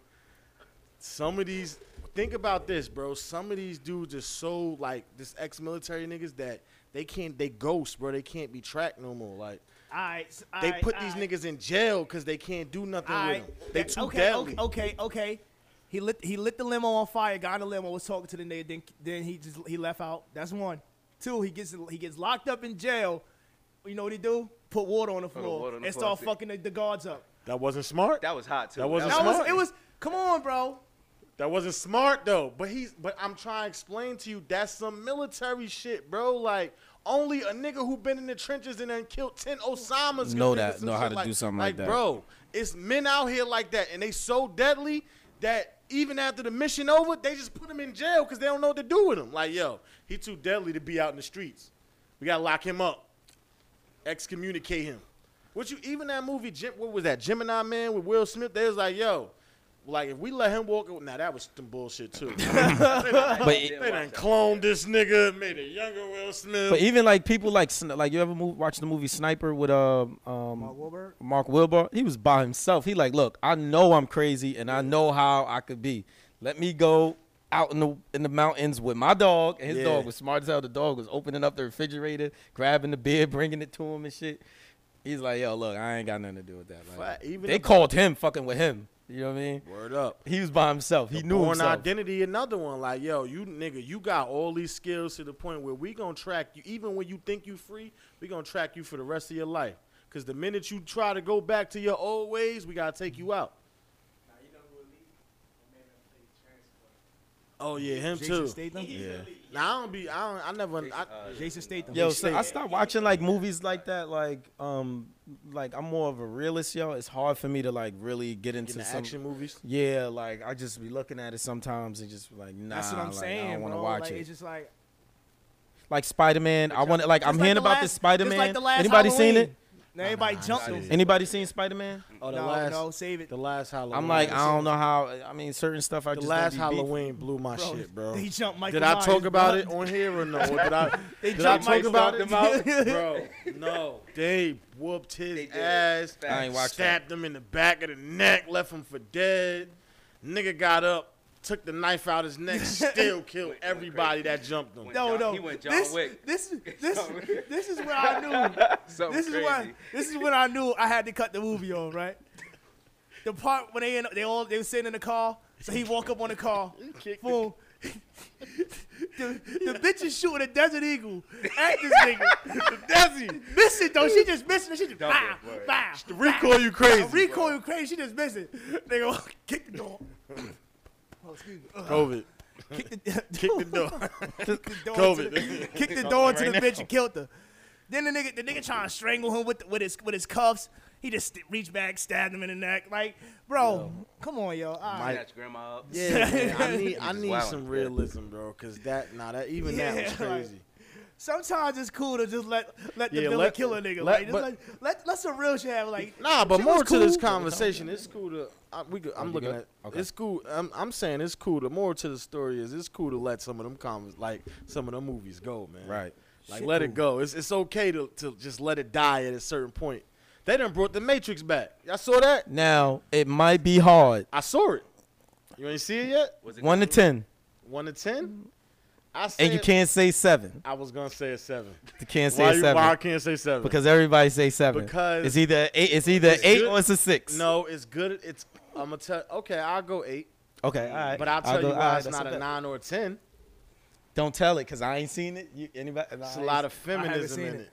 Some of these think about this, bro. Some of these dudes are so like this ex-military niggas that they can't they ghosts, bro. They can't be tracked no more. Like alright. s- they alright, put these alright. niggas in jail because they can't do nothing Alright. with them. They Yeah, too okay, deadly. Okay, okay, okay. He lit he lit the limo on fire. Got in the limo, was talking to the nigga. Then then he just he left out. That's one. Two. He gets he gets locked up in jail. You know what he do? Put water on the floor water on the and floor, start see. fucking the, the guards up. That wasn't smart. That, That was hot too. That wasn't That smart. was it. Was come on, bro. wasn't smart though. But he's but I'm trying to explain to you that's some military shit, bro. Like only a nigga who been in the trenches and then killed ten Osamas can Know think that- of some know how shit to do something like that. Bro, it's men out here like that, and they so deadly that even after the mission over, they just put him in jail because they don't know what to do with him. Like yo, he too deadly to be out in the streets. We gotta lock him up, excommunicate him. What you even that movie? Jim, what was that? Gemini Man with Will Smith. They was like yo. Like if we let him walk, now that was some bullshit too. but They done cloned this nigga, made a younger Will Smith. But even like people like Sn- like you ever move, watch the movie Sniper with um, um Mark Wahlberg? Mark Wahlberg? He was by himself. He like, look, I know I'm crazy and I know how I could be. Let me go out in the in the mountains with my dog. And his Yeah. dog was smart as hell. The dog was opening up the refrigerator, grabbing the beer, bringing it to him and shit. He's like, yo, look, I ain't got nothing to do with that. Like, Fact, even they the- called him fucking with him. You know what I mean? Word up. He was by himself. He The knew Born himself. identity, another one. Like, yo, you nigga, you got all these skills to the point where we gonna track you. Even when you think you free, we gonna track you for the rest of your life. Cause the minute you try to go back to your old ways, we gotta take you out. Oh yeah, him Jason too. Statham. Now I don't be, I don't, I never. I, Jason uh, Statham. Yo, He's so I start watching like movies like that. Like, um, like I'm more of a realist, yo. It's hard for me to like really get into in the some- action movies. Yeah, like I just be looking at it sometimes and just be like, nah, That's what I'm like, saying. I don't want to bro. watch like, it. It's just like like Spider Man, I want to like. I'm just like hearing the about last- this Spider Man. just Like the last Anybody seen Halloween. it? Now everybody jumped seen him. it. Anybody seen Spider Man? Oh, the no, last, no, save it. the last Halloween. I'm like, I don't know how. I mean, certain stuff I The just don't last be beat- Halloween blew my Bro, shit, bro. He jumped Michael Did I Myers, talk bro. about it on here or no? Or did I, They did I jumped talk Mike about it? Stockton out. Bro, no. They whooped his They did. ass, I ain't watched stabbed him in the back of the neck, left him for dead. Nigga got up, took the knife out his neck, still killed everybody that jumped him. John- No, no. he went John this, Wick. This, this, John Wick. this is where I knew. Something This is crazy. why. This is when I knew I had to cut the movie off, right? the part when they in, they all they were sitting in the car, so he walk up on the car. Boom. the, the bitch is shooting a desert eagle at this nigga. Desi miss it though. She just missing it. She just Double, bow, word. bow. The recoil you crazy. Recoil you crazy. She just missing. Nigga kick the door. Oh, excuse me. Ugh. COVID. Kick the, kick the door. kick the door. COVID. To the, kick the door into the bitch and killed her. Then the nigga, the nigga trying to strangle him with the, with his with his cuffs. He just st- reached back, stabbed him in the neck. Like, bro, come on, yo. All right. Snatch grandma up. Yeah, man, I need I Just need wildin'. some realism, bro. Cause that nah, that even that was Yeah, like, crazy. Sometimes it's cool to just let let the Yeah, villain let- kill a nigga. let- like, just but- let, let let some real shit happen. Like, Nah, but she more was to this cool. conversation, it's cool to I, we. Could, I'm looking Oh, good? at Okay. it's cool. I'm, I'm saying it's cool. The more to the story is, it's cool to let some of them comments, like some of them movies, go, man. Right. Like let it go. It's it's okay to to just let it die at a certain point. They done brought the Matrix back. Y'all saw that? Now it might be hard. I saw it. You ain't see it yet? Was it One to good? ten, One to ten. I said, and you can't say seven. I was gonna say a seven. You can't why, say you- seven why I can't say seven? because everybody say seven. Because- it's either eight. It's either eight good. or it's a six. no, it's good. It's I'm gonna tell. Okay, I'll go eight. Okay. All right. But I'll tell go- you all why right, it's that's not a bet. nine or a ten. Don't tell it because I ain't seen it. You, anybody? It's a lot of haven't feminism seen in it. it.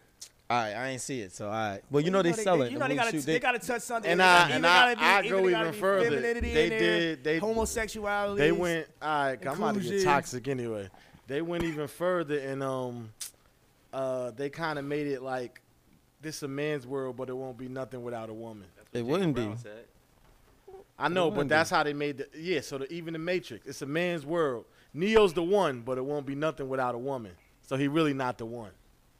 All right, I ain't see it, so all right. Well, you know they sell it. You the know they movie gotta shoot, they, gotta touch something. And It I- either and gotta I- be- I either go gotta even be further. femininity in They there, did- they- homosexuality. They went. All right, I'm out of here. Inclusion. Toxic anyway. They went even further and um, uh, they kind of made it like this a man's world, but it won't be nothing without a woman. That's what It James wouldn't Brown be. said. I know, but wouldn't that's how they made the yeah. So the, even the Matrix, it's a man's world. Neo's the one, but it won't be nothing without a woman. So he really not the one.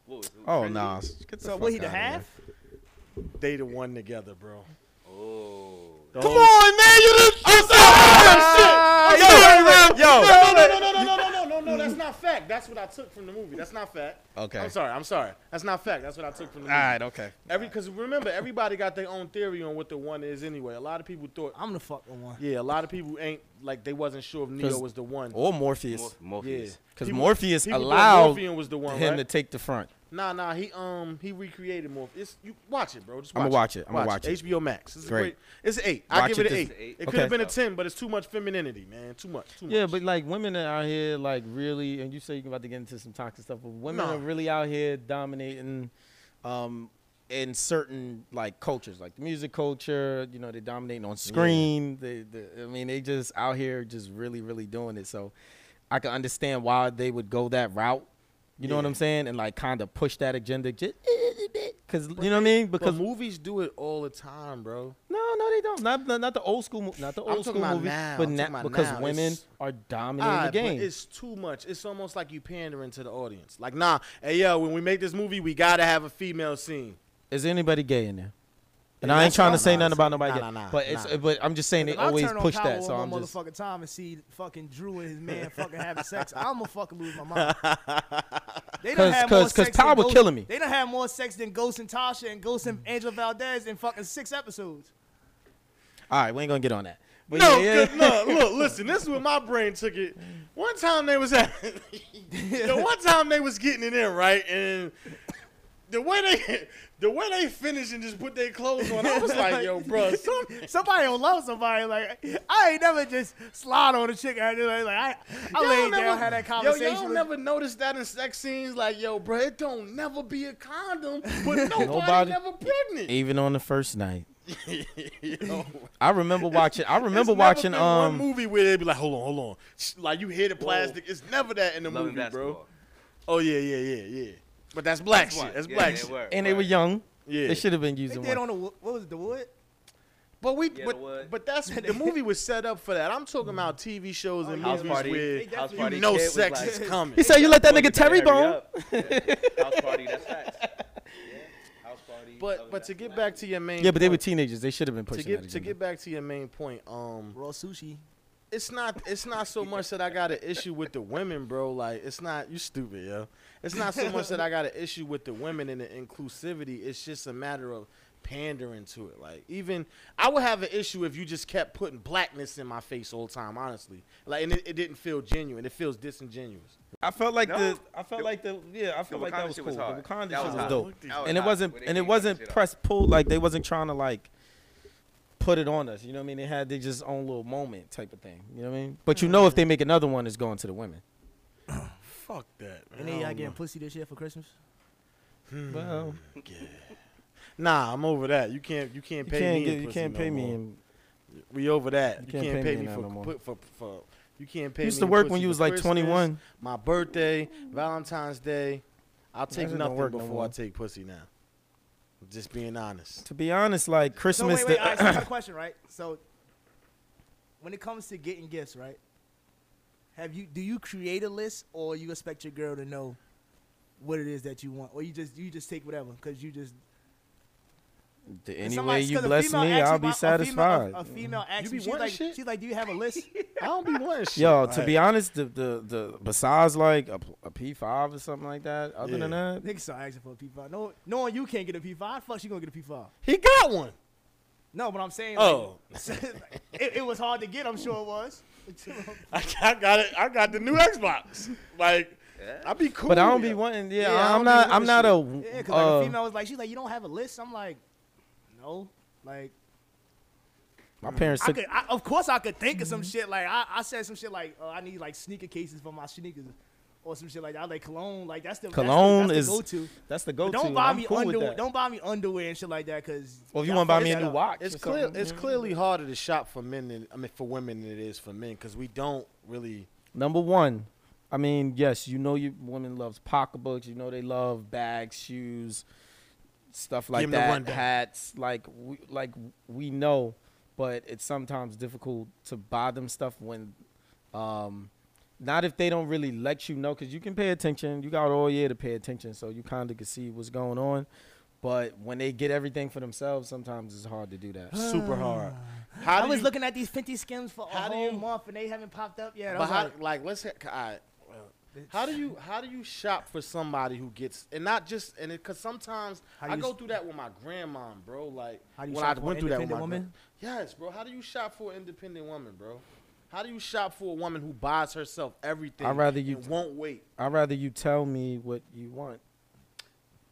What was it? Oh Crazy? no! Nah. So what he the half? They the one together, bro. Oh. The Come whole- on, man! You just I'm sorry. shit. Yo, yo, No, no, no, no, no, no, no, no, no, no. That's not fact. That's what I took from the movie. That's not fact. Okay. I'm sorry. I'm sorry. That's not fact. That's what I took from the All movie. right, okay. Every because remember everybody got their own theory on what the one is anyway. A lot of people thought. I'm the fucking one. Yeah, a lot of people ain't like they wasn't sure if Neo 'Cause- was the one. Or Morpheus, Mor- yeah, Morpheus. because People- Morpheus people thought allowed Morpheon was the one. him right? to take the front. Nah, nah, he um he recreated more. It's you watch it, bro. Just watch I'ma watch it. I'ma watch it. HBO Max. It's Great. great. It's an eight. I Watch give it it, an this- eight. It's an eight. It Okay. could have been a ten, but it's too much femininity, man. Too much. Too Yeah, much. but like women are out here, like really, and you say you're about to get into some toxic stuff, but women Nah. are really out here dominating um, in certain like cultures, like the music culture. You know, they're dominating on screen. They, they, I mean, they just out here just really, really doing it. So I can understand why they would go that route. You know what I'm saying? And like kind of push that agenda just because you know what I mean? because Because movies do it all the time, bro. no, no, they don't. Not not, not the old school, mo- not the I'm old school talking about movies, now. but I'm na- talking about because now. women It's- are dominating Ah, the but game. it's too much. It's almost like you pandering to the audience. Like, nah, hey yo, when we make this movie, we gotta have a female scene. Is anybody gay in there? And Yeah, I ain't that's trying to not- say nah, nothing about nobody nah, gay. nah, nah, but it's nah. but I'm just saying they If I always turn on push Power that. So one I'm just motherfucking time and see fucking Drew and his man fucking having sex. I'm gonna fucking lose my mind. They done Cause- cause- had more cause sex Power than Ghost- killing me. They done had more sex than Ghost and Tasha and Ghost and Angel Valdez in fucking six episodes. all right. We ain't gonna get on that. But No, yeah, yeah. good- no, look, listen, this is where my brain took it. One time they was at the one time they was getting it in, right? And the way they the way they finished and just put their clothes on, I was like, yo, bro, some, Somebody don't love somebody like I ain't never just slide on a chick. I like, like I, I y'all laid never- down had that Yo, conversation. y'all with- never noticed that in sex scenes, like, yo, bro, it don't never be a condom, but nobody, Nobody- never pregnant. Even on the first night, I remember watching. I remember It's never watching. been one Um, movie where they be like, hold on, hold on, Shh, like you hear the plastic. It's never that in the Love and movie, basketball. bro. Oh yeah, yeah, yeah, yeah. But that's black That's one. shit. That's Yeah, black yeah, shit. word, and they were word. young. Yeah. They should have been They using did one. on the wo- what was it, the wood? But we, Yeah, the but, wood. but that's the movie was set up for that. I'm talking about TV shows and Uh, House movies party. where They House you party know kid was sex like- is coming. He said, "You let that nigga Terry Hurry bone." up. Yeah. House party. That's facts. Yeah. House party. love But and but to get basketball. back to your main, Yeah, but they were point, teenagers. They should have been to pushing that get to agenda. get back to your main point. Um, Raw sushi. it's not it's not so much that I got an issue with the women, bro. Like it's not you stupid, yo. It's not so much that I got an issue with the women and the inclusivity. It's just a matter of pandering to it. Like even I would have an issue if you just kept putting blackness in my face all the time, honestly. Like and it, it didn't feel genuine. It feels disingenuous. I felt like No. the. I felt like the. Yeah, I The felt like Wakanda that was shit cool. The hard. Wakanda That shit was was hot. dope. That was and it hot wasn't when they and it came that wasn't shit up. press pull like they wasn't trying to like put it on us. You know what I mean? They had they just own little moment type of thing. You know what I mean? But you know Mm-hmm. if they make another one, it's going to the women. Fuck that. Man. Any of I y'all don't getting know. pussy this year for Christmas? Mm-hmm. Well, Nah, I'm over that. You can't. You can't you pay can't me. get, in you pussy can't no pay me. more. In, We over that. You, can't, pay, in me that for, no more. put- for, for- You can't pay. you used me to in work pussy when you for was like Christmas, 21. My birthday, Valentine's Day. I'll take shit don't nothing work no before I more. take pussy now. Just being honest. To be honest, like So Christmas. wait, wait. the- All right, so my question, right? So when it comes to getting gifts, right? Have you do you create a list or you expect your girl to know what it is that you want, or you just you just take whatever because you just the- And any way somebody- you 'cause a bless female me, asks I'll you be about- a female- a- satisfied. A female asks be me, she's wanting like, shit? she's like, do you have a list? I don't be wanting shit. Yo, to be honest, the, the the besides like a, a P five or something like that. Other than that, Niggas start asking for a P5. No, knowing you can't get a P5, how the fuck she gonna get a P5? he got one. No, but I'm saying, like, Oh, it, it was hard to get. I'm sure it was. I got, I got it. I got the new Xbox. Like, I be cool. but I don't with be it. wanting. Yeah, Yeah, I I'm don't be not. I'm wanting not a. yeah, because uh, like a female was like, she's like, you don't have a list. I'm like, no, like. my parents I took. could, I, of course, I could think of some shit. Like I, I said some shit like uh, I need like sneaker cases for my sneakers, or some shit like that. I like cologne. Like that's the that's the- Cologne that's the, is- go to. That's the go-to. Don't and buy I'm me cool with underwear. that. Don't buy me underwear and shit like that. Cause Well, if you y'all want to buy fuck me a that new up. watch, It's or clear. something, It's you know? clearly harder to shop for men than I mean for women than it is for men because we don't really. Number one, I mean, yes, you know, you women loves pocketbooks. You know, they love bags, shoes, stuff like Give 'em the that, rundown. hats. Like, we, like we know, but it's sometimes difficult to buy them stuff when, um, not if they don't really let you know, because you can pay attention. You got all year to pay attention, so you kind of can see what's going on. But when they get everything for themselves, sometimes it's hard to do that. super hard. I How do was you, looking at these Fenty skims for a How do whole you- month and they haven't popped up yet. I But was how, like, like, let's. ha- I, how do you how do you shop for somebody who gets and not just and it because sometimes How do I you go s- through that with my grandma, bro. Like How do you when shop I for went through that with my independent woman? gran- Yes, bro. How do you shop for an independent woman, bro? How do you shop for a woman who buys herself everything? I'd rather you and t- won't wait. I'd rather you tell me what you want.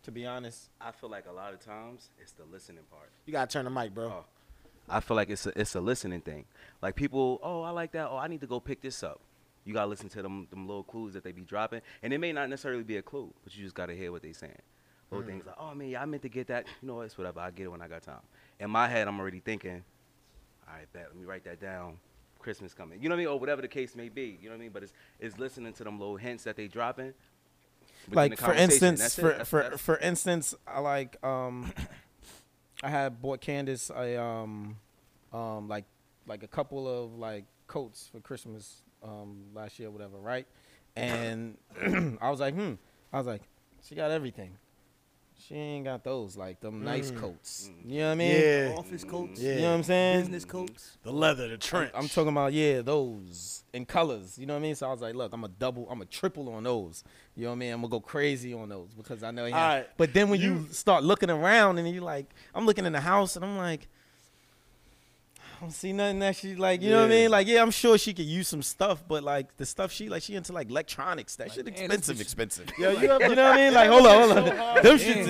To be honest. I feel like a lot of times it's the listening part. You gotta turn the mic, bro. Oh. I feel like it's a, it's a listening thing. Like people, oh, I like that. Oh, I need to go pick this up. You gotta listen to them them little clues that they be dropping, and it may not necessarily be a clue, but you just gotta hear what they saying. Little things like, oh man, I meant to get that. You know, what, it's whatever. I get it when I got time. In my head, I'm already thinking, all right, bet. Let me write that down. Christmas coming. You know what I mean? Or whatever the case may be. You know what I mean? But it's it's listening to them little hints that they dropping. within the like for conversation. instance, That's it. for That's- for that's- for instance, I like um, I had bought Candace a um, um like like a couple of like coats for Christmas um last year, whatever, right? And I was like, hmm, I was like, she got everything. She ain't got those like them nice Mm. coats. You know what I mean? Yeah, office coats, Yeah. You know what I'm saying? business coats. the leather, the trench. I'm talking about yeah, those in colors. You know what I mean? So I was like, look, I'm a double, I'm a triple on those. You know what I mean? I'm gonna go crazy on those because I know. him. Alright, But then when you, start looking around and you like, I'm looking in the house and I'm like, I don't see nothing that she like. You know what I Yeah. mean? Like yeah, I'm sure she could use some stuff, but like the stuff she like, she into like electronics. That shit man, this expensive, bitch- expensive. Yo, you ever You know what I mean? Like hold on, hold so on. hard. Them shit's Damn.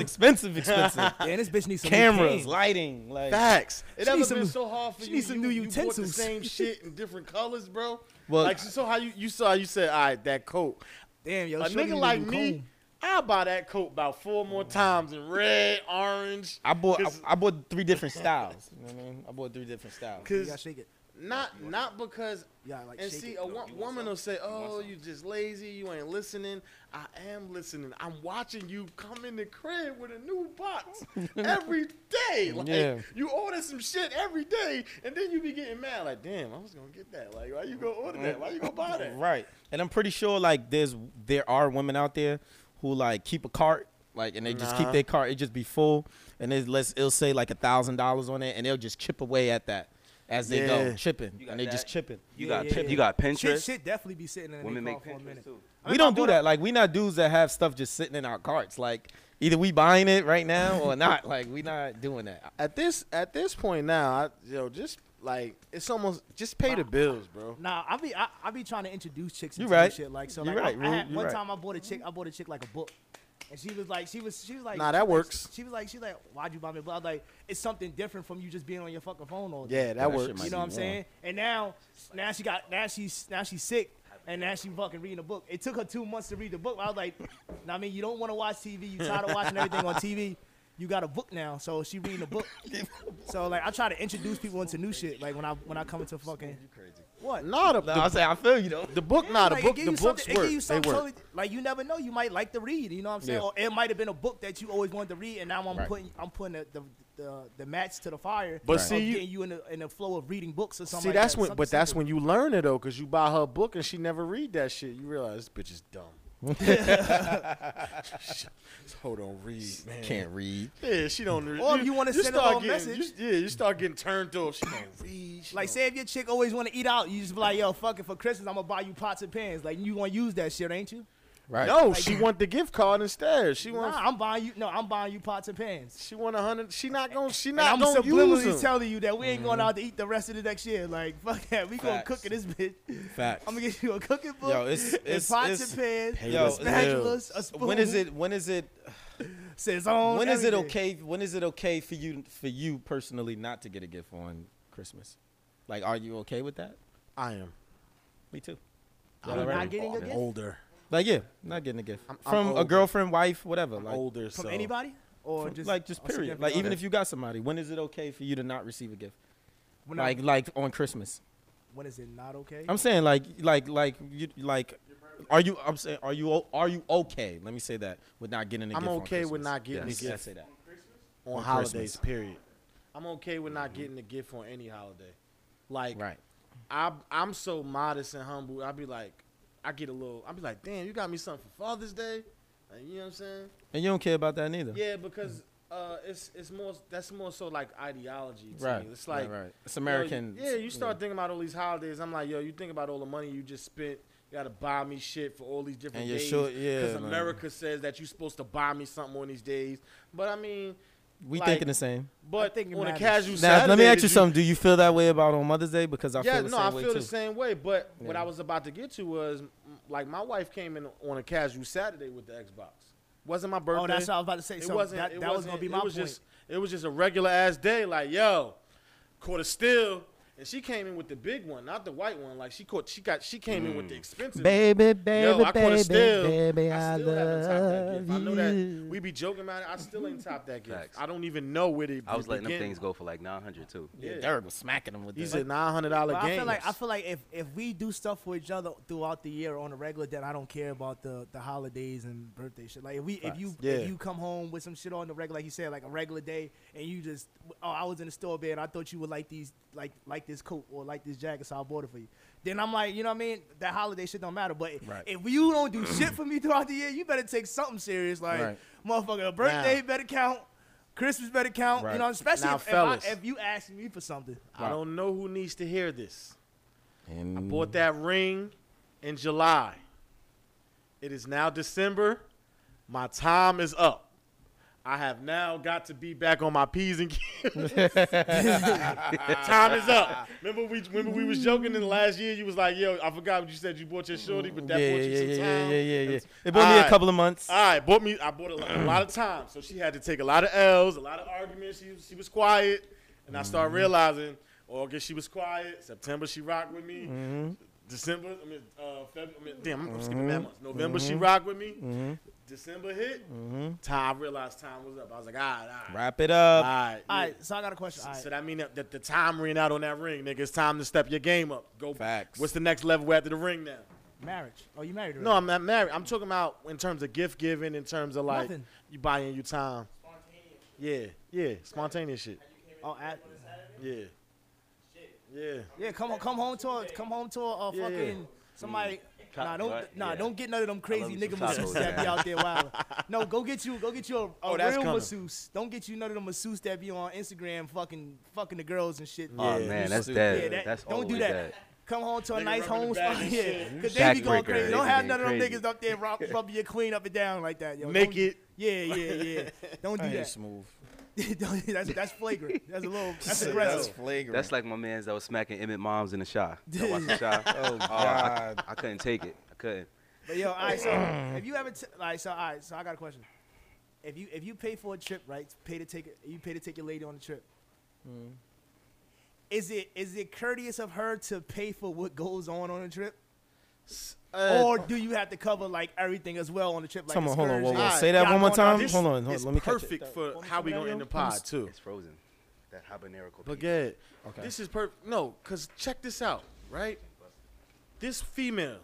expensive, expensive. Yeah, and this bitch needs some new Cameras, pins. lighting, like. Facts. It She ever need been some- so hard for she you. need some you, new you bought utensils. the same shit in different colors, bro. Well- like so, how you you saw you said, all right, that coat. Damn, yo, A shorty need nigga like new me, comb. I buy that coat about four more times in red, orange. I bought Cause- I, I bought three different styles. You know what I mean? I bought three different styles. You gotta Cause shake it. not not because. You gotta like And shake see, it. a wo- woman will say, "Oh, you just lazy. You ain't listening. I am listening. I'm watching you come in the crib with a new box every day. Like Yeah. you order some shit every day, and then you be getting mad. Like, damn, I was gonna get that. Like, why you go order that? Why you go buy that? Right. And I'm pretty sure like there's there are women out there who like keep a cart like and they just keep Nah. their cart. It just be full and it let's it'll say like a thousand dollars on it and they'll just chip away at that as they go Yeah. chipping You got and they just that. chipping. you Yeah, got yeah, Pin- yeah. you got Pinterest. Shit, shit definitely be sitting in Women their make car for a Pinterest minute. too. I We mean, don't my do brother- that. Like we not dudes that have stuff just sitting in our carts. Like either we buying it right now or not. Like we not doing that. At this at this point now, I, yo, just like it's almost just pay the bills, bro. Nah, I be I, I be trying to introduce chicks You into right. this shit. Like so, You like I- right, I, Rue, had, you one right. time I bought a chick. I bought a chick like a book. And she was like, she was, she was like, Nah, that she was like- works. She was like, she was like, why'd you buy me? But I was like, it's something different from you just being on your fucking phone all day. Yeah, that, that shit works. You might know be what I'm wrong. saying? And now, now she got, now she's, now she's sick, and now she fucking reading a book. It took her two months to read the book. I was like, nah, I mean, you don't want to watch TV. You tired of watching everything on TV. You got a book now, so she reading a book. so like, I try to introduce people into new shit. Like when I when I come into fucking what? Nah, the, I the, say I feel you though. the book, nah, the Like, it book, give the you books something- it give work. you They something work. totally- like you never know, you might like to read. You know what I'm saying? Yeah. Or it might have been a book that you always wanted to read, and now I'm Right. putting I'm putting the the, the, the match to the fire. But of see, you- getting you in the in the flow of reading books or something. See, like that's that. when, Something but that's simple. when you learn it though, cause you buy her book and she never read that shit. You realize this bitch is dumb. Hold on, read, man. Can't read. Yeah, she don't read. Or if you wanna send her a start little getting- message. you- yeah, you start getting turned off. She don't read. She Like, don't- say if your chick always want to eat out, you just be like, "Yo, fuck it for Christmas, I'm gonna buy you pots and pans." Like, you gonna use that shit, ain't you? Right. no, she want the gift card instead. She want, Nah, I'm buying you. No, I'm buying you pots and pans. she want a hundred. She not gonna, she And not I'm gonna use subliminally them. telling you that we ain't going out to eat the rest of the next year. Like, fuck that, we gonna Mm-hmm. Facts. cook in this bitch. Facts. I'm gonna get you a cooking book. Yo, it's and it's, pots it's and pans, yo, yo, spatulas, a spoon. Oh, when is it when is it Saison, when is it everything. okay when is it okay for you for you personally not to get a gift on Christmas? Like are you okay with that? I am. Me too. I'm not getting a gift Oh, older. Like yeah, not getting a gift I'm- I'm from older. a girlfriend, wife, whatever. I'm like older. from so. anybody, or from- just like just a period. significant Like even other? if you got somebody, when is it okay for you to not receive a gift? when I- Like like on Christmas. when is it not okay? I'm saying like like like you like are you I'm saying are you o- are you okay? Let me say that with not getting a I'm gift. on okay with Christmas. not getting Yes. a Yeah, gift say that. on, on holidays. Christmas. Period. I'm okay with not getting a gift on any holiday. Like Right. I, I'm so modest and humble. I'd be like, I get a little. I'd be like, damn, you got me something for Father's Day. Like, you know what I'm saying? And you don't care about that neither. Yeah, because uh, it's it's more that's more so like ideology. To Right. Me. It's like right, right. It's you know, American. yeah, you start thinking about all these holidays. I'm like, yo, you think about all the money you just spent. You gotta buy me shit for all these different And you're days. sure- yeah, Because man. America says that you're supposed to buy me something on these days. But I mean, We like- thinking the same. but think it on a matters. casual Now, let Saturday me ask that you something. Do you feel that way about on Mother's Day? Because I yeah, feel the no, same I way feel too. the same way. But what Yeah. I was about to get to was, m- like, my wife came in on a casual Saturday with the Xbox. Wasn't my birthday. oh, that's what I was about to say. It so wasn't. that, it that was wasn't, gonna be it my was point. Just, it was just a regular ass day. Like, yo, caught a steal, and she came in with the big one, not the white one. Like, she caught. She got. She came in with the expensive. Hmm. Baby, baby, Yo, I caught baby, a steal. baby, I, I still haven't topped that love gift. I know that you. we be joking about it. I still ain't topped that gift. Facts. I don't even know where they. I was letting them begin. things go for like 900 too. Yeah. Yeah, Derek was smacking him with These that. are nine hundred dollar But games. I feel like I feel like if, if we do stuff for each other throughout the year on a regular, then I don't care about the, the holidays and birthday shit. Like if we if you Yeah. if you come home with some shit on the regular, like you said, like a regular day, and you just oh I was in the store bed, I thought you would like these like like this coat or like this jacket, so I bought it for you. Then I'm like, you know what I mean? That holiday shit don't matter. But Right. if you don't do shit for me throughout the year, you better take something serious. Like Right. motherfucker, a birthday better count. Christmas better count, Right. you know, especially Now, if, if, I, fellas. if you ask me for something. I don't know who needs to hear this. And I bought that ring in July. It is now December. My time is up. I have now got to be back on my P's and Q's. time is up. Remember we remember we was joking in the last year. You was like, "Yo, I forgot what you said. You bought your shorty, but that yeah, bought you yeah, some yeah, time." yeah, yeah, yeah. It bought me a Alright. couple of months. All right, bought me. I bought a lot, a lot of time, so she had to take a lot of L's, a lot of arguments. She was- she was quiet, and I started realizing August she was quiet. September she rocked with me. December, I mean, uh, February. I mean, damn, I'm, I'm skipping that month. November she rocked with me. December hit. Time I realized time was up. I was like, all right, all right, Wrap it all up. right. All yeah. right, so I got a question. All right. So that mean that, that the time ran out on that ring, nigga. It's time to step your game up. Go. Facts. What's the next level after the ring now? Marriage. Oh, you married already? No, I'm not married. I'm talking about in terms of gift giving, in terms of like Nothing. you buying your time. Yeah, yeah, spontaneous shit. Oh, at, Yeah, yeah. yeah. Come home. Come home to. A, come home to a, uh, Yeah, yeah. fucking somebody. Nah, don't. Right, Nah, yeah. don't get none of them crazy love me nigga some masseuses tacos, that be yeah. out there wild. No, go get you. Go get you a, a Oh, that's real coming. masseuse. Don't get you none of them masseuse that be on Instagram fucking fucking the girls and shit. Oh Yeah, man, you that's stupid. dead. Yeah, that- that's don't do always that. dead. Come home to a Nigga nice rubbing home the back spot. and Yeah, shit. because they be going Backbreaker, crazy. they Don't be have getting none of them crazy. niggas up there rob, rubbing your queen up and down like that. Yo, Don't- Naked. Yeah, yeah, yeah. Don't do Hey, that. smooth. Don't- that's that's flagrant. That's a little. That's That's aggressive. flagrant. That's like my man's that was smacking Emmett moms in the shy. Y'all watch the shy. oh, I, I couldn't take it. I couldn't. Mm. But yo, all right, so if you ever, t- all right, so all right, so I got a question. if you if you pay for a trip, right? Pay to take you pay to take your lady on a trip. Mm. Is it is it courteous of her to pay for what goes on on a trip, Uh, or do you have to cover like everything as well on the trip? Like Come on, hold on, whoa, whoa. excursions? Alright, Say that y'all one more going out time. this Hold on, hold on. is Let me catch it. perfect for how we gonna end the pod too. It's frozen. That habanero. But cookie. good. Okay. This is perfect. No, cause check this out, right? This female,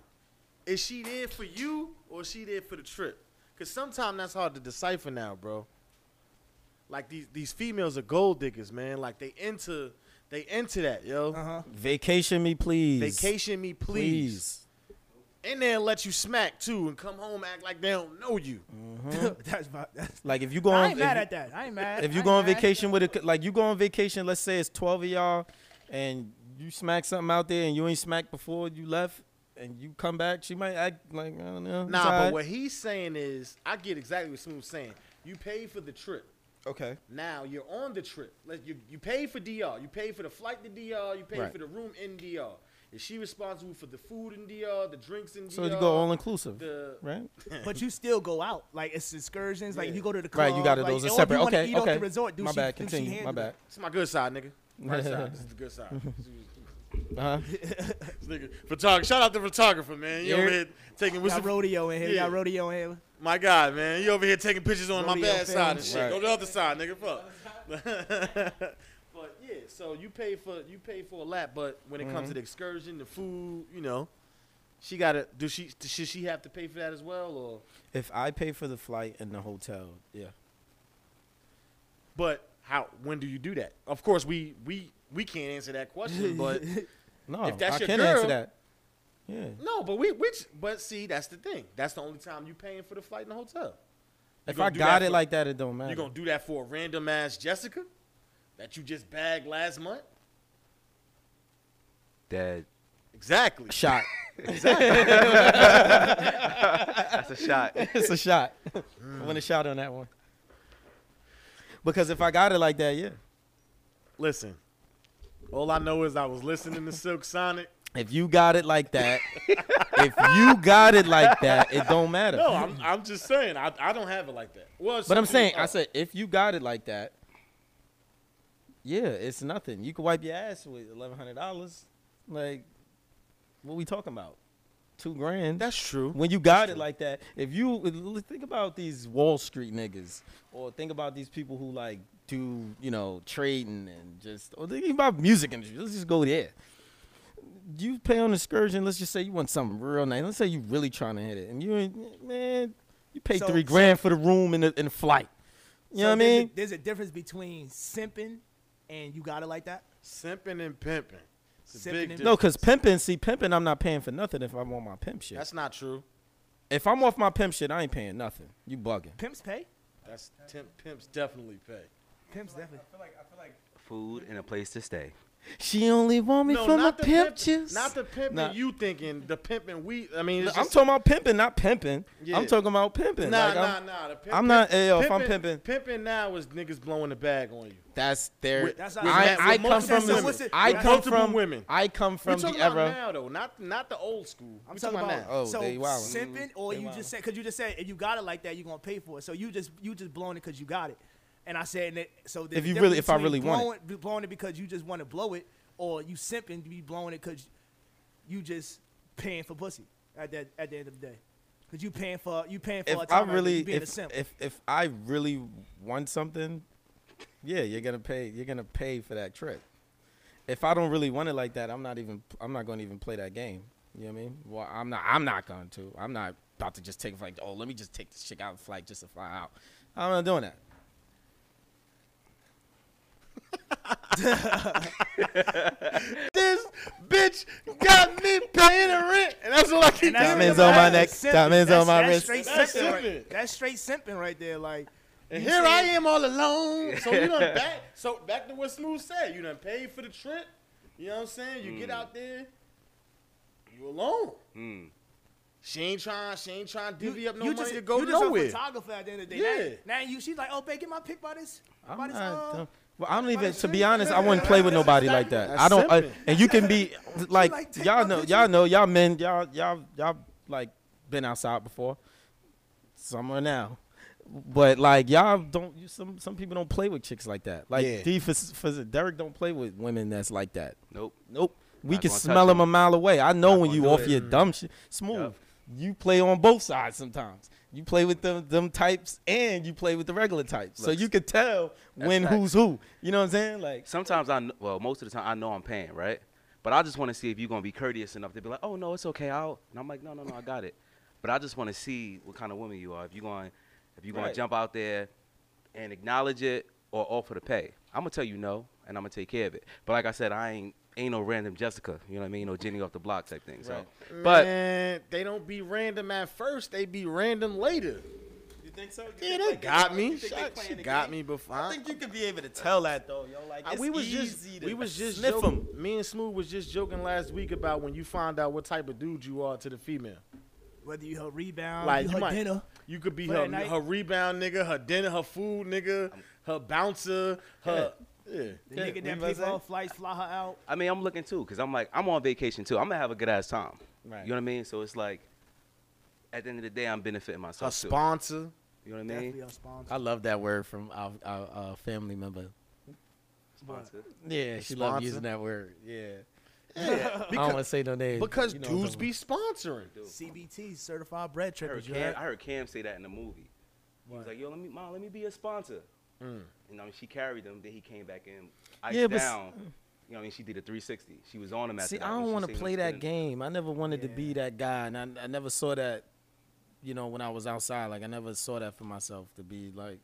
is she there for you or is she there for the trip? Cause sometimes that's hard to decipher now, bro. Like these these females are gold diggers, man. Like they into they into that, yo. Uh-huh. Vacation me, please. Vacation me, please. And they'll let you smack too and come home act like they don't know you. that's, about, that's Like if you Mm-hmm. go on, I ain't if mad you- at that. I ain't mad. if I you ain't go on mad. vacation with a like you go on vacation, let's say it's twelve of y'all, and you smack something out there and you ain't smacked before you left, and you come back, she might act like I don't know. it's Nah, all but right. what he's saying is, I get exactly what Smooth's saying. You pay for the trip. Okay. Now you're on the trip. Let you you pay for DR. You pay for the flight to DR. You pay Right. for the room in DR. Is she responsible for the food in DR, the drinks in So DR? you go all inclusive, The- right? But you still go out. Like it's excursions. Like Yeah. you go to the club. Right. You got it. like, Those or are if you separate. wanna Okay. eat off the Okay. resort, do My she- bad. do she Continue. My handle bad. that? It's my good side, nigga. My side. This is the good side. This Uh-huh. nigga, photog- shout out the photographer, man. You Yeah. over here taking what's Got the, rodeo in here. Yeah. Got rodeo in here. my God, man. You over here taking pictures on my Rodeo bad side and films. shit. Right. Go to the other side, nigga. Fuck. but yeah, so you pay for you pay for a lap, but when it comes to the excursion, the food, you know, she gotta do she should she have to pay for that as well or If I pay for the flight and the hotel, yeah. But how? When do you do that? Of course, we we we can't answer that question. But No, If that's I your can answer girl- that. Yeah. no, but we which but see that's the thing. That's the only time you paying for the flight and the hotel. If gonna I do got that it for- like that, it don't matter. You gonna do that for a random ass Jessica that you just bagged last month? That Exactly. shot. that's a shot. it's a shot. I Mm. want a shot on that one. Because if I got it like that, yeah. Listen, all I know is I was listening to Silk Sonic. If you got it like that, if you got it like that, it don't matter. No, I'm I'm just saying I I don't have it like that. Well, but I'm saying, I said. said, if you got it like that, yeah, it's nothing. You can wipe your ass with eleven hundred dollars. Like, what we talking about? Two grand. That's true. when you got it like that, if you think about these Wall Street niggas, or think about these people who like do you know trading and just, or think about music industry. Let's just go there. You pay on excursion. Let's just say you want something real nice. Let's say you really trying to hit it, and you ain't man, you pay So- three grand for the room and the, and the flight. You know what I So there's a- mean? there's a difference between simping and you got it like that. Simping and pimping. It's a Simping big and- difference. No, cause pimping. See, pimping. I'm not paying for nothing if I'm on my pimp shit. That's not true. if I'm off my pimp shit, I ain't paying nothing. You bugging? Pimps pay. That's temp, pimps definitely pay. Pimps definitely. Food and a place to stay. She only want me for my the pimp pimpin- juice. Not the pimping Nah. you thinking, the pimping we. I mean, it's I'm just- talking about pimping, not pimping. Yeah. I'm talking about pimping. Nah, Like, nah, I'm- nah. The pimp, I'm not- hey, yo, if I'm pimping- pimping now is niggas blowing the bag on you. That's their. With- that's I, not- with I come multiple from. women. This, I With come multiple from. women. I come We're from talking the about era. now though, not not the old school. I'm We talking about, now. Oh, so they wildin'. simping, or They you wildin'. just said because you just said if you got it like that, you are gonna pay for it. So you just you just blowing it because you got it. And I said and it, so. there's If a you difference really- if I between really want it. blowing, it, blowing it because you just want to blow it, or you simping to be blowing it because you just paying for pussy at that at the end of the day. Cause you paying for you paying for a If I time like really, you being a if, simp. if if I really want something, yeah, you're gonna pay. You're gonna pay for that trip. If I don't really want it like that, I'm not even. I'm not gonna even play that game. You know what I mean? Well, I'm not. I'm not going to. I'm not about to just take like. Oh, let me just take this chick out of flight just to fly out. I'm not doing that. This bitch got me paying the rent, and that's all I keep. And that's- Diamonds on my that's neck, simping. diamonds on That's- my that's wrist. straight That's simping right- simping. That's straight simping right there. Like And you here I said- am all alone. So you done back. So back to what Smooth said. You done paid for the trip. You know what I'm saying? You get out there, you alone. Mm. She ain't trying. She ain't trying to You, divvy up no you money just, to go you just nowhere. a photographer at the end of the day. Now, now you, she's like, oh, babe, get my pic by this. I'm by this, not uh, dumb. Well, I'm even nobody's to be saying honest. I nothing. wouldn't play with nobody like that. That's I don't. I, simping. and you can be like, like, take y'all my know, picture. y'all know, y'all men, y'all, y'all, y'all like been outside before. Somewhere now, But like y'all don't you some some people don't play with chicks like that. Like Yeah. D for, for Derek don't play with women that's like that. Nope. Nope. Oh, We Not can gonna touch smell them him. a mile away. I know Not when gonna you do off it. your dumb shit. Smooth. Yup. You play on both sides sometimes. You play with them them types and you play with the regular types. so Look, you could tell that's when facts. who's who. You know what I'm saying? Like Sometimes I, kn- well, most of the time I know I'm paying, right? But I just want to see if you're gonna be courteous enough to be like, oh no, it's okay, I'll. And I'm like, no, no, no, I got it. But I just want to see what kind of woman you are. If you're going, if you're gonna Right. jump out there and acknowledge it or offer to pay, I'm gonna tell you no, and I'm gonna take care of it. But like I said, I ain't ain't no random Jessica. You know what I mean? No Jenny off the block type thing. So, Right. but Man, they don't be random at first. They be random later. you think so? Yeah, they got me. She she got me before. I think you could be able to tell that though, yo. Like I- it's we was just easy to we was just sniff 'em. joking. Me and Smooth was just joking last week about when you find out what type of dude you are to the female. Whether you her rebound, Like you you her might, dinner. you could be for that her, night. her rebound nigga, her dinner, her food nigga, her bouncer, her yeah. The Yeah, nigga we that about to pays say. all flights, fly her out. I mean, I'm looking too, because I'm like, I'm on vacation too. I'm gonna have a good ass time. Right. You know what I mean? So it's like, at the end of the day, I'm benefiting her myself too. sponsor. You know what I Definitely mean? a sponsor. I love that word from our, our, our family member. Sponsor. Yeah, she sponsor? loves using that word. Yeah. I don't Because, want to say no names. but because you know what I'm dudes talking be sponsoring. CBT, certified bread I heard, trippers. you Cam, heard? I heard Cam say that in the movie. He was like, "Yo, let me, mom, let me be a sponsor." And I mean, she carried him. Then he came back in, iced Mm. Yeah, but s- down. You know, what I mean, she did a 360. She was on him about. at See, I don't want to play that game. I never wanted to be that guy, and I, I never saw that. You know, when I was outside, like I never saw that for myself to be like.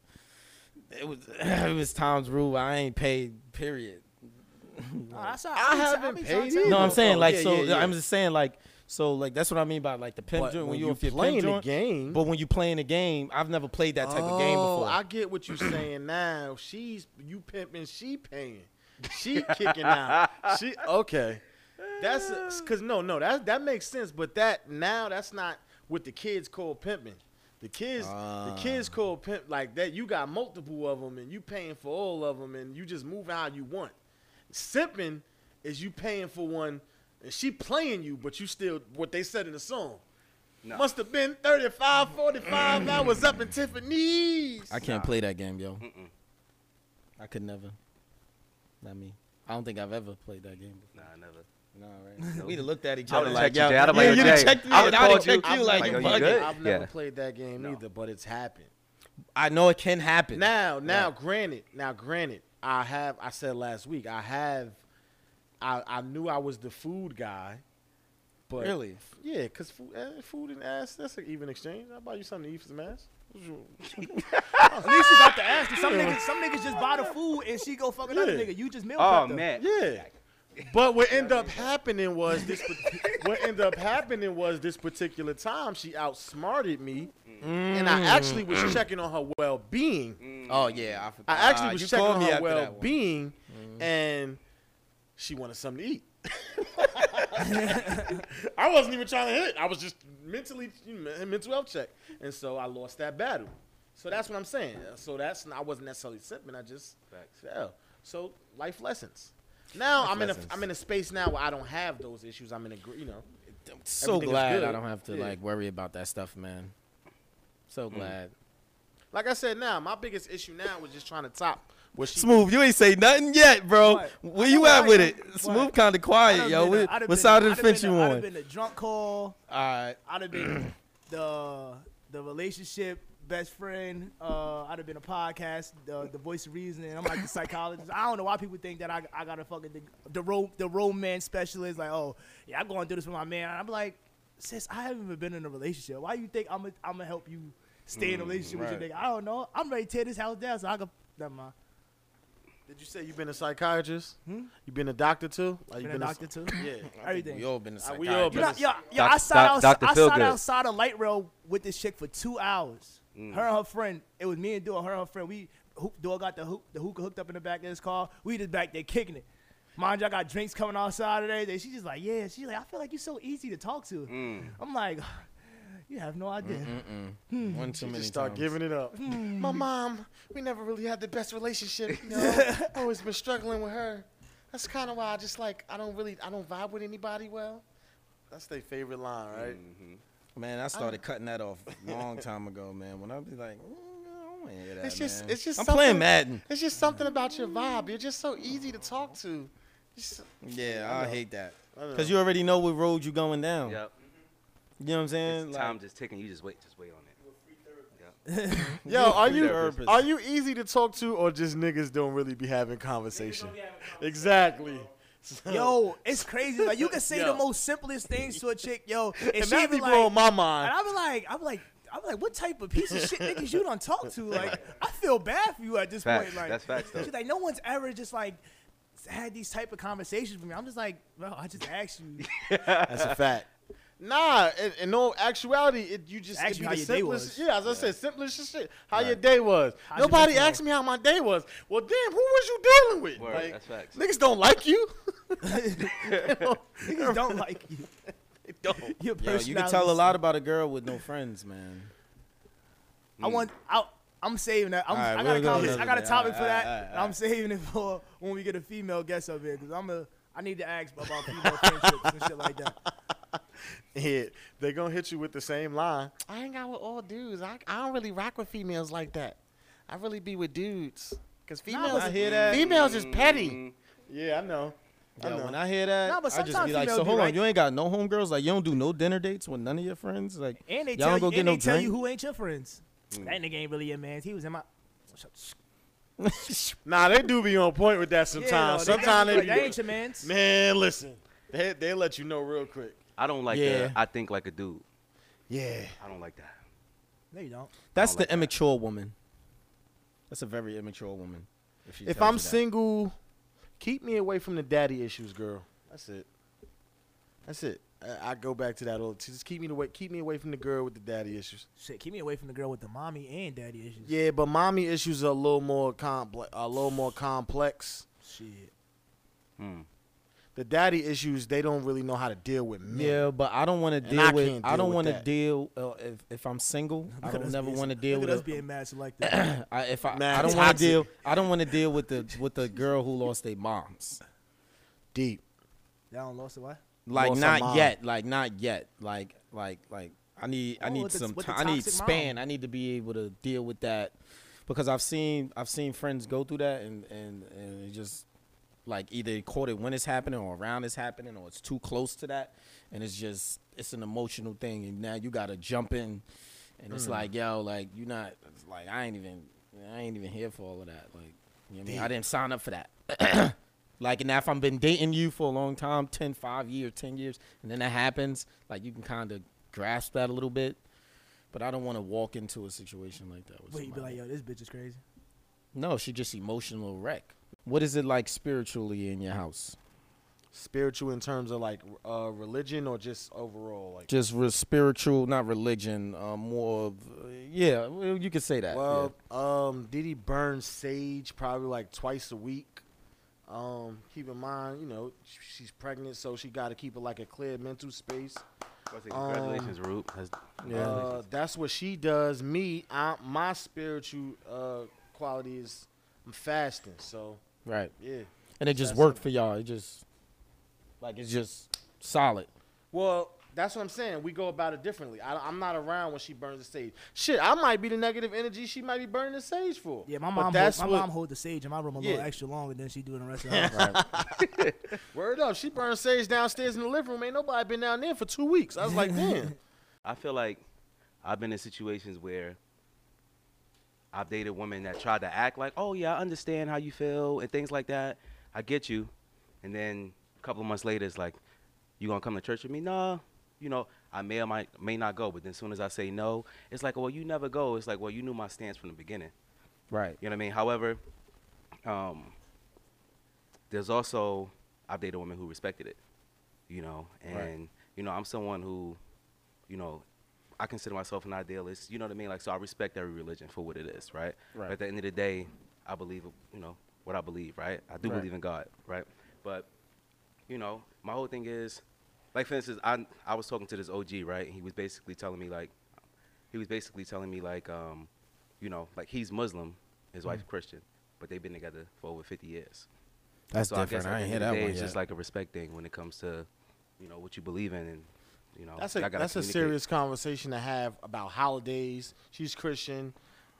It was it was times rule. I ain't paid. Period. Nah, that's how- I be- haven't be paid trying to you. tell No, I'm people. saying like yeah, so. yeah, yeah. I'm just saying like so like that's what I mean by like the pimp But joint. When, when you you off your playing pimp the joint, game- but when you playing a game, I've never played that type of game before. Oh, I get what you're saying now. She's you pimping, she paying, she kicking out. She okay. That's because no, no, that that makes sense. But that now that's not what the kids call pimping. The kids, Ah. the kids call pimp like that. You got multiple of them, and you paying for all of them, and you just move how you want. Simping is you paying for one, and she playing you, but you still what they said in the song. No. Must have been 35, 45 hours up in Tiffany's. I can't play that game, yo. I could never. Not me. I don't think I've ever played that game. Nah, never. Nah, right? We'd have looked at each I other would've like, checked you yo, down. I'm like, yeah, yo, you'd have Jay, checked me, I and would've I'd have called you. checked you like, like, you yo, you bugging. good? I've never Yeah. played that game No. either, but it's happened. I know it can happen. Now, now, granted, now, granted, I have. I said last week, I have. I I knew I was the food guy, but really? yeah, cause food, eh, food and ass, that's an even exchange. I will buy you something to eat for some ass. What's your- At least she's out the ass. 'cause Some niggas, some niggas just buy the food and she go fuck another Yeah. nigga. You just meal Oh prepped her. man, Yeah. But what ended up happening was this. pat- what ended up happening was this particular time she outsmarted me, and I actually was checking on her well-being. Oh yeah, I, forgot. I actually was you checking called on me her after that one. Mm-hmm. well-being, and she wanted something to eat. I wasn't even trying to hit. I was just mentally mental health check, and so I lost that battle. So that's what I'm saying. So that's I wasn't necessarily simping. I just Facts. fell. So life lessons. Now I'm lessons. in a I'm in a space now where I don't have those issues. I'm in a gr- you know I'm so Everything is glad I good. don't have to Yeah. like worry about that stuff, man. So glad. like I said now my biggest issue now was just trying to top what she Smooth, you ain't say nothing yet, bro. What? Where I you know at I with am. it? What? Smooth, kind of I quiet, done yo. been a- What, I done what been side a- of the I done fence been you a- I on? done been a drunk call. All right. I'd have been the the relationship best friend. Uh, I'd have been a podcast, the the voice of reason. And I'm like the psychologist. I don't know why people think that I, I got a fucking the the, ro- the romance specialist. Like, oh yeah, I'm going through this with my man. And I'm like, sis, I haven't even been in a relationship. Why you think I'm i I'm gonna help you stay in a relationship with your nigga? I don't know. I'm ready to tear this house down so I can. Never mind. Did you say you've been a psychiatrist? Hmm? You been a doctor too? Like you Been a doctor too. Yeah. Everything. We all been a Uh, we all psychiatrist. You know, yo, yo, Doc- I sat, Doc- outs- Dr. I sat Feelgood. outside a light rail with this chick for two hours. Mm. Her and her friend. It was me and Dora. Her and her friend. We hoop, Dora got the hoop, the hookah hooked up in the back of his car. We just back there kicking it. Mind you, I got drinks coming outside today. They- She just like, yeah. She's like, I feel like you're so easy to talk to. Mm. I'm like, you have no idea. One too many Just start times. giving it up. My mom, we never really had the best relationship. You know, always been struggling with her. That's kind of why I just like I don't really I don't vibe with anybody well. That's their favorite line, right? Man, I started cutting that off long time ago, man. When I be like, mm, don't wanna hear that, It's just, man. it's just. I'm something- playing Madden. It's just something about your vibe. You're just so easy to talk to. Just- Yeah, I, hate that. know. Cause you already know what road you're going down. Yep. You know what I'm saying? It's time just ticking. You just wait. Just wait on it. Yo, are you therapist. are you easy to talk to, or just niggas don't really be having conversation? Exactly. Yo, it's crazy. Like you can say the Yo. most simplest things to a chick, yo, and, And she that be be like, blowing my and mind. I'm like, I'm like, I'm like, what type of piece of shit niggas you don't talk to? Like, I feel bad for you at this Facts. point. Like, That's facts, though. She's like, no one's ever just like had these type of conversations with me. I'm just like, bro, I just asked you. That's a fact. Nah, in, in no actuality, it, you just Ask it you be how the your day simplest. was. Yeah, as I said, simplest as shit. How your day was. How's your Nobody mental asked me how my day was. Well, damn, who was you dealing with? Word, Like, that's facts. Niggas don't like you. niggas don't like you. Don't. Yo, you Your can personality tell a lot sucks. about a girl with no friends, man. I want. I, I'm saving that. I'm, All right, I, got we'll a go comment- another I got a day. topic All for right, that. all right, all and I'm saving it for when we get a female guest up here because I'm a. I need to ask about female friendships and shit like that. Yeah, they gonna hit you with the same line. I hang out with all dudes. I, I don't really rock with females like that. I really be with dudes. Cause females, I hear that. females is Mm. petty. Yeah, I know. Yo, know. when I hear that, Nah, but I just sometimes be like, females so be hold on, right. you ain't got no homegirls? Like, you don't do no dinner dates with none of your friends? Like, And they y'all tell don't you, go and get no they tell drink? Mm. you who ain't your friends. That nigga ain't really your man. He was in my. Nah, they do be on point with that sometimes. sometimes they, like, that be ain't your man's. man. Listen, they they let you know real quick. I don't like Yeah. the I think like a dude. Yeah, I don't like that. No, you don't. That's I don't the like that. immature woman. That's a very immature woman. If, she if tells I'm you that. single, keep me away from the daddy issues, girl. That's it. That's it. I, I go back to that old. Just keep me away. Keep me away from the girl with the daddy issues. Shit, keep me away from the girl with the mommy and daddy issues. Yeah, but mommy issues are a little more complex. A little more complex. Shit. Mm. The daddy issues, they don't really know how to deal with men. Yeah, but I don't want to I deal with. can't I deal don't with want to that. deal. Uh, if if I'm single, I Look at don't us never being- want to deal look with. at us A, being mad selective. I, if I, Man, I don't want to toxic. deal. I don't want to deal with the with the girl who lost their moms. Deep. that one lost it. Why? Like Lost her not mom. yet. Like not yet. Like like like I need I Oh, need with the- some with the time. I need toxic span. I need to be able to deal with that because I've seen I've seen friends go through that and and and it just like either they caught it when it's happening or around it's happening or it's too close to that and it's just it's an emotional thing and now you gotta jump in and it's like yo like you not it's like I ain't even I ain't even here for all of that like you know what I mean I didn't sign up for that like, and if I've been dating you for a long time 10, 5 years, 10 years and then that happens, like, you can kind of grasp that a little bit. But I don't want to walk into a situation like that. With Wait, you be somebody. like, yo, this bitch is crazy. no, she just emotional wreck. What is it like spiritually in your house? Spiritual in terms of like uh, religion or just overall like Just re- spiritual, not religion, uh, more of, yeah, well, you could say that. Well, um, Diddy burns sage probably like twice a week. Um, keep in mind, you know, sh- she's pregnant, so she got to keep it like a clear mental space. I say congratulations, Um, Rube. That's, Uh, congratulations. that's what she does. Me, I, my spiritual uh, quality is I'm fasting, so yeah. right. yeah. And it just That's worked for y'all. It just, like, it's just solid. Well, that's what I'm saying. We go about it differently. I, am not around when she burns the sage. Shit, I might be the negative energy she might be burning the sage for. Yeah, my But mom. Hold, that's my what- mom hold the sage in my room a little Yeah. extra longer than she do in the rest of the house. Word up, she burned sage downstairs in the living room. Ain't nobody been down there for two weeks. I was like, damn. I feel like I've been in situations where I've dated women that tried to act like, oh yeah, I understand how you feel and things like that. I get you. And then a couple of months later, it's like, you gonna come to church with me? Nah. You know, I may or might, may not go. But then as soon as I say no, it's like, well, you never go. It's like, well, you knew my stance from the beginning. Right. You know what I mean? However, um, there's also I've dated women who respected it. You know, and you know I'm someone who, you know, I consider myself an idealist. You know what I mean? Like so, I respect every religion for what it is, right? Right. But at the end of the day, I believe, you know, what I believe, right? I do Right. believe in God, right? But you know, my whole thing is, like for instance, I I was talking to this OG, right? And he was basically telling me like, he was basically telling me like, um, you know, like he's Muslim, his Mm. wife's Christian, but they've been together for over 50 years. That's so different. I guess at I, ain't the end hear of the that day, one It's yet. just like a respect thing when it comes to, you know, what you believe in, and you know, That's a y'all gotta that's a communicate. serious conversation to have about holidays. She's Christian.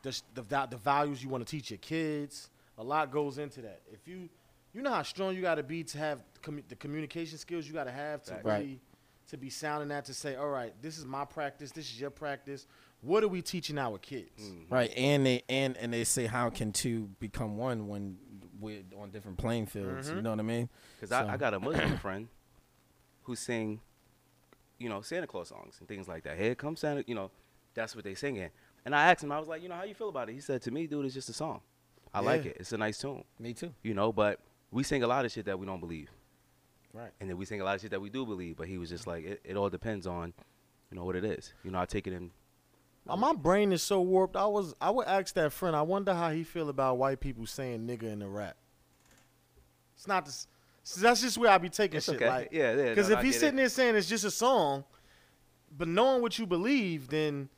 the sh- the, va- the values you want to teach your kids. A lot goes into that. If you you know how strong you got to be to have commu- the communication skills you got to have to Facts. really Right. to be sound in that to say, all right, this is my practice, this is your practice. What are we teaching our kids? Mm. Right, and they and and they say how can two become one when we're on different playing fields? You know what I mean? Because So- Mm-hmm. I, I got a Muslim friend who sing, you know, Santa Claus songs and things like that. Here comes Santa, you know, that's what they singing. And I asked him, I was like, you know, how you feel about it? He said, to me, dude, it's just a song. I like Yeah. it. It's a nice tune, Me too. you know. But we sing a lot of shit that we don't believe, Right. and then we sing a lot of shit that we do believe. But he was just like, it, it all depends on, you know, what it is. You know, I take it in. Uh, My brain is so warped. I was I would ask that friend. I wonder how he feel about white people saying nigga in the rap. It's not this. So that's just where I be taking It's shit. okay. Like, Yeah, yeah, Because no, no, if I he's get it. sitting there saying it's just a song, but knowing what you believe, then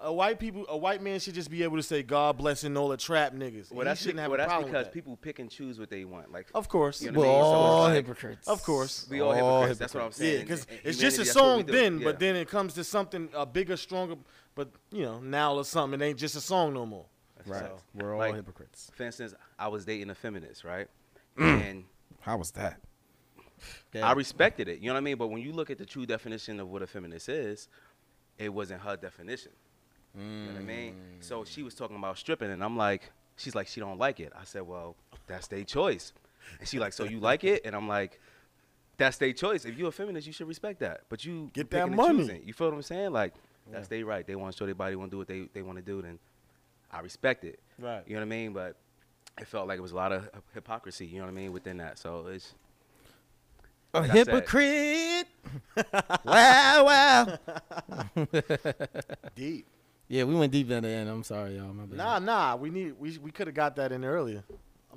a white people a white man should just be able to say God bless and all the trap niggas. Well, he that's, shouldn't be- have well, a that's problem because with that. people pick and choose what they want. Like, Of course, You know We're what I mean? So it's all like- hypocrits. of course. we all all hypocrites. That's what I'm saying. Yeah, because And it's just humanity, a that's what we song do. then, Yeah. but then it comes to something a bigger, stronger. But you know, now or something, it ain't just a song no more. Right. So, We're all like, hypocrites. For instance, I was dating a feminist, right? Mm. and How was that? I respected it. You know what I mean? But when you look at the true definition of what a feminist is, it wasn't her definition. You know what I mean? Mm. So she was talking about stripping, and I'm like, she's like, she don't like it. I said, well, that's their choice. And she like, so you like it? And I'm like, that's their choice. If you're a feminist, you should respect that. But you Get picking that and money. choosing. You feel what I'm saying? Like, that's their right. They want to show their body, want to do what they, they want to do, then I respect it. Right. You know what I mean? But it felt like it was a lot of hypocrisy, you know what I mean, within that. So it's A That's it. hypocrite. wow, wow. Deep. Yeah, we went deep down the end. I'm sorry, y'all. My bad. Nah, nah. We need. We we could have got that in earlier.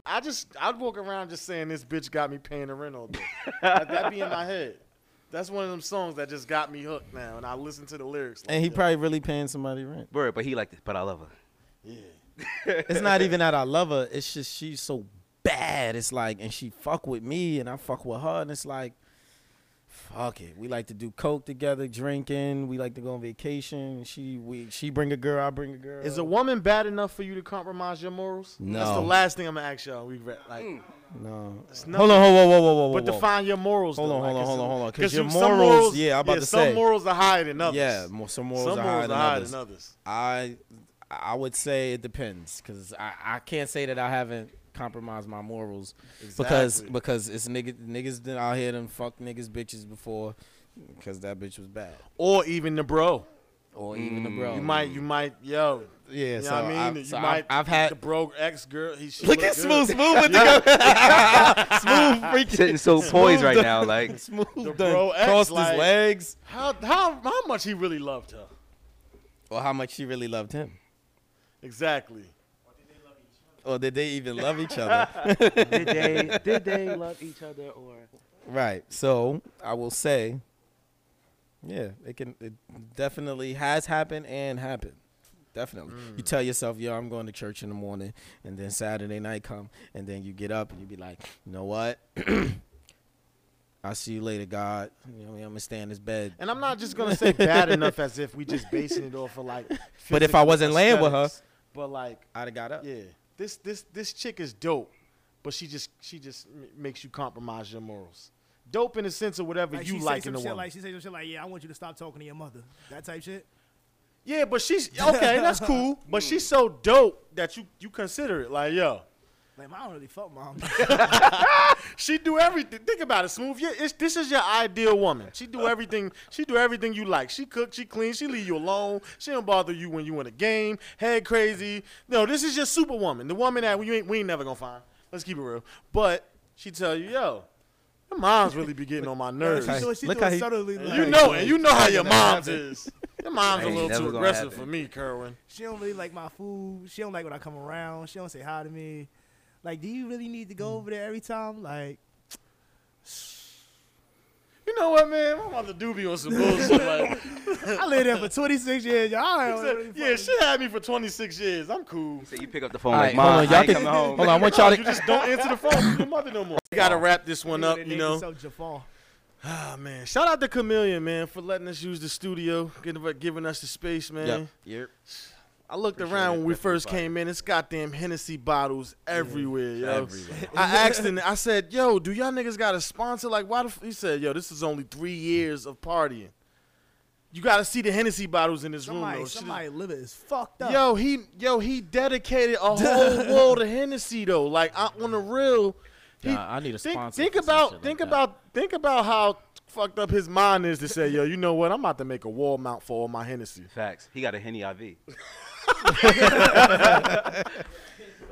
I just I'd walk around just saying this bitch got me paying the rent all day. like, that be in my head. That's one of them songs that just got me hooked now, and I listen to the lyrics. Like And he that. probably really paying somebody rent. Word, but he like, but I love her. It's not even that I love her. It's just she's so bad. It's like, and she fuck with me, and I fuck with her, and it's like, fuck it. We like to do coke together, drinking. We like to go on vacation. She we she bring a girl, I bring a girl. Is a woman bad enough for you to compromise your morals? That's the No. last thing I'm gonna ask y'all. We re- like, no. nothing. Hold on, hold on, whoa, whoa, whoa, whoa. but whoa. define your morals. Hold though. on, Like, hold on, 'cause hold some- on, hold on, 'cause your you- some morals- yeah, I'm about to say. some morals are higher than others. yeah, more, some morals some are morals higher than are higher others. than others. I I would say it depends because I, I can't say that I haven't compromised my morals because Exactly. because it's niggas niggas that out here done fuck niggas bitches before because that bitch was bad Or even the bro. or even the bro. You might, you might, yo. Mm, yeah. You know so what I mean? I've, you so I've- might. I've, the had. bro ex girl. He she Look look at good. smooth, smooth with the go- smooth freaking Sitting so poised right now, like smooth. The done bro ex, crossed like- his legs. How how how much he really loved her? Or how much she really loved him. Exactly. Or did they even love each other? did they did they love each other or Right. So I will say, yeah, it can. It definitely has happened and happened. Definitely. You tell yourself, yo, I'm going to church in the morning, and then Saturday night come, and then you get up and you be like, you know what? I'll see you later, God. You know, I'm gonna stay in this bed. And I'm not just gonna say bad enough as if we just basing it off of like. But if I physical wasn't laying with her- aesthetics. but like I'd have got up. yeah, this this this chick is dope, but she just she just m- makes you compromise your morals. Dope in the sense of whatever Like you she say like in some the shit woman. like she say some shit like, "Yeah, I want you to stop talking to your mother." That type shit. yeah, but she's okay. That's cool. But she's so dope that you you consider it like yo. Like, I don't really fuck mom. She do everything. Think about it, smooth. Yeah, it's, this is your ideal woman. She do everything. She do everything you like. She cook. She clean. She leave you alone. She don't bother you when you in a game. Head crazy. No, this is your superwoman. The woman that we ain't, we ain't never gonna find. Let's keep it real. But she tell you, yo, your mom's really be getting on my nerves. she doing, she Look doing how he- subtly. Like, You know it. You know how your mom's is. Your mom's a Ain't little never too gonna aggressive happen. for me, Kerwin. She don't really like my food. She don't like when I come around. She don't say hi to me. Like, do you really need to Mm. go over there every time? Like, You know what, man? My mother do be on some bullshit. Like, I lived there for 26 years. Y'all I don't really yeah, fuck- she had me for 26 years. I'm cool. so you pick up the phone All like, right, Mom, hold on, I y'all ain't can, coming home. Hold on, I want y'all You to. just don't answer the phone. with Your mother no more. We gotta wrap this one up, They you niggas know. So Jafar. Ah man, shout out to Chameleon man for letting us use the studio, giving giving us the space, man. Yep. Yep. I looked Appreciate around it. when we Definitely first fire. came in. It's goddamn Hennessy bottles everywhere, yo. Everywhere. I asked him. I said, "Yo, do y'all niggas got a sponsor? Like, why the?" F-? He said, "Yo, this is only three years of partying. You got to see the Hennessy bottles in this room. Somebody, Though. Shit is- somebody liver is fucked up. Yo, he yo he dedicated a whole world to Hennessy though. Like I, on the real, he, Nah, I need a think, sponsor Think for some about shit like think that. about think about how fucked up his mind is to say, yo, you know what? I'm about to make a wall mount for all my Hennessy. Facts. He got a Henny IV.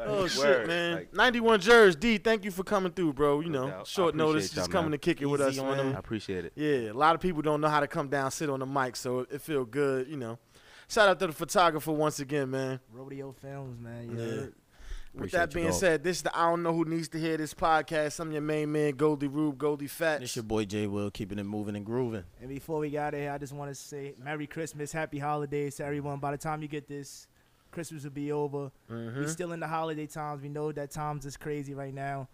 Oh shit, man! 91 Jers, D, thank you for coming through, bro. You No know, doubt. I short notice, appreciate y'all, just coming man. to kick it with us, Easy on man. them. I appreciate it. Yeah, a lot of people don't know how to come down, sit on the mic, so it, it feel good, you know. Shout out to the photographer once again, man. Rodeo films, man. Yeah. Yeah. With Appreciate that you, being dog. said, this is the I don't know who needs to hear this podcast. I'm your main man, Goldie Rube, Goldie Fat. It's your boy J Will keeping it moving and grooving. And before we got here, I just want to say Merry Christmas, Happy Holidays to everyone. By the time you get this, Christmas will be over. Mm-hmm. we still in the holiday times. We know that times is crazy right now.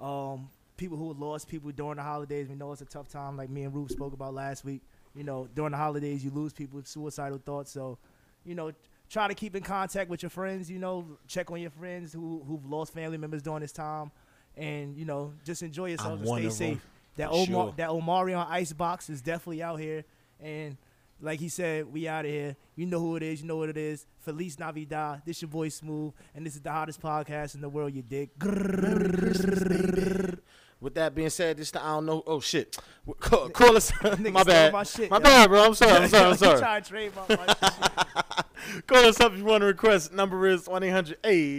Um, people who lost people during the holidays, we know it's a tough time. Like me and Rube spoke about last week. You know, during the holidays, you lose people with suicidal thoughts. So, you know, try to keep in contact with your friends. You know, check on your friends who who've lost family members during this time, and you know, just enjoy yourselves and one stay of 'em. safe. That For Omar, sure. that Omari on Icebox is definitely out here, and like he said, we out of here. You know who it is. You know what it is. Feliz Navidad. This your boy Smooth, and this is the hottest podcast in the world. You dick. With that being said, this the I don't know. Oh shit, call, call us. Nigga my stole bad, my shit, yo. bad, bro. I'm sorry. I'm sorry. I'm sorry. Trying to trademark my shit. call us up if you want to request. Number is one eight hundred eight.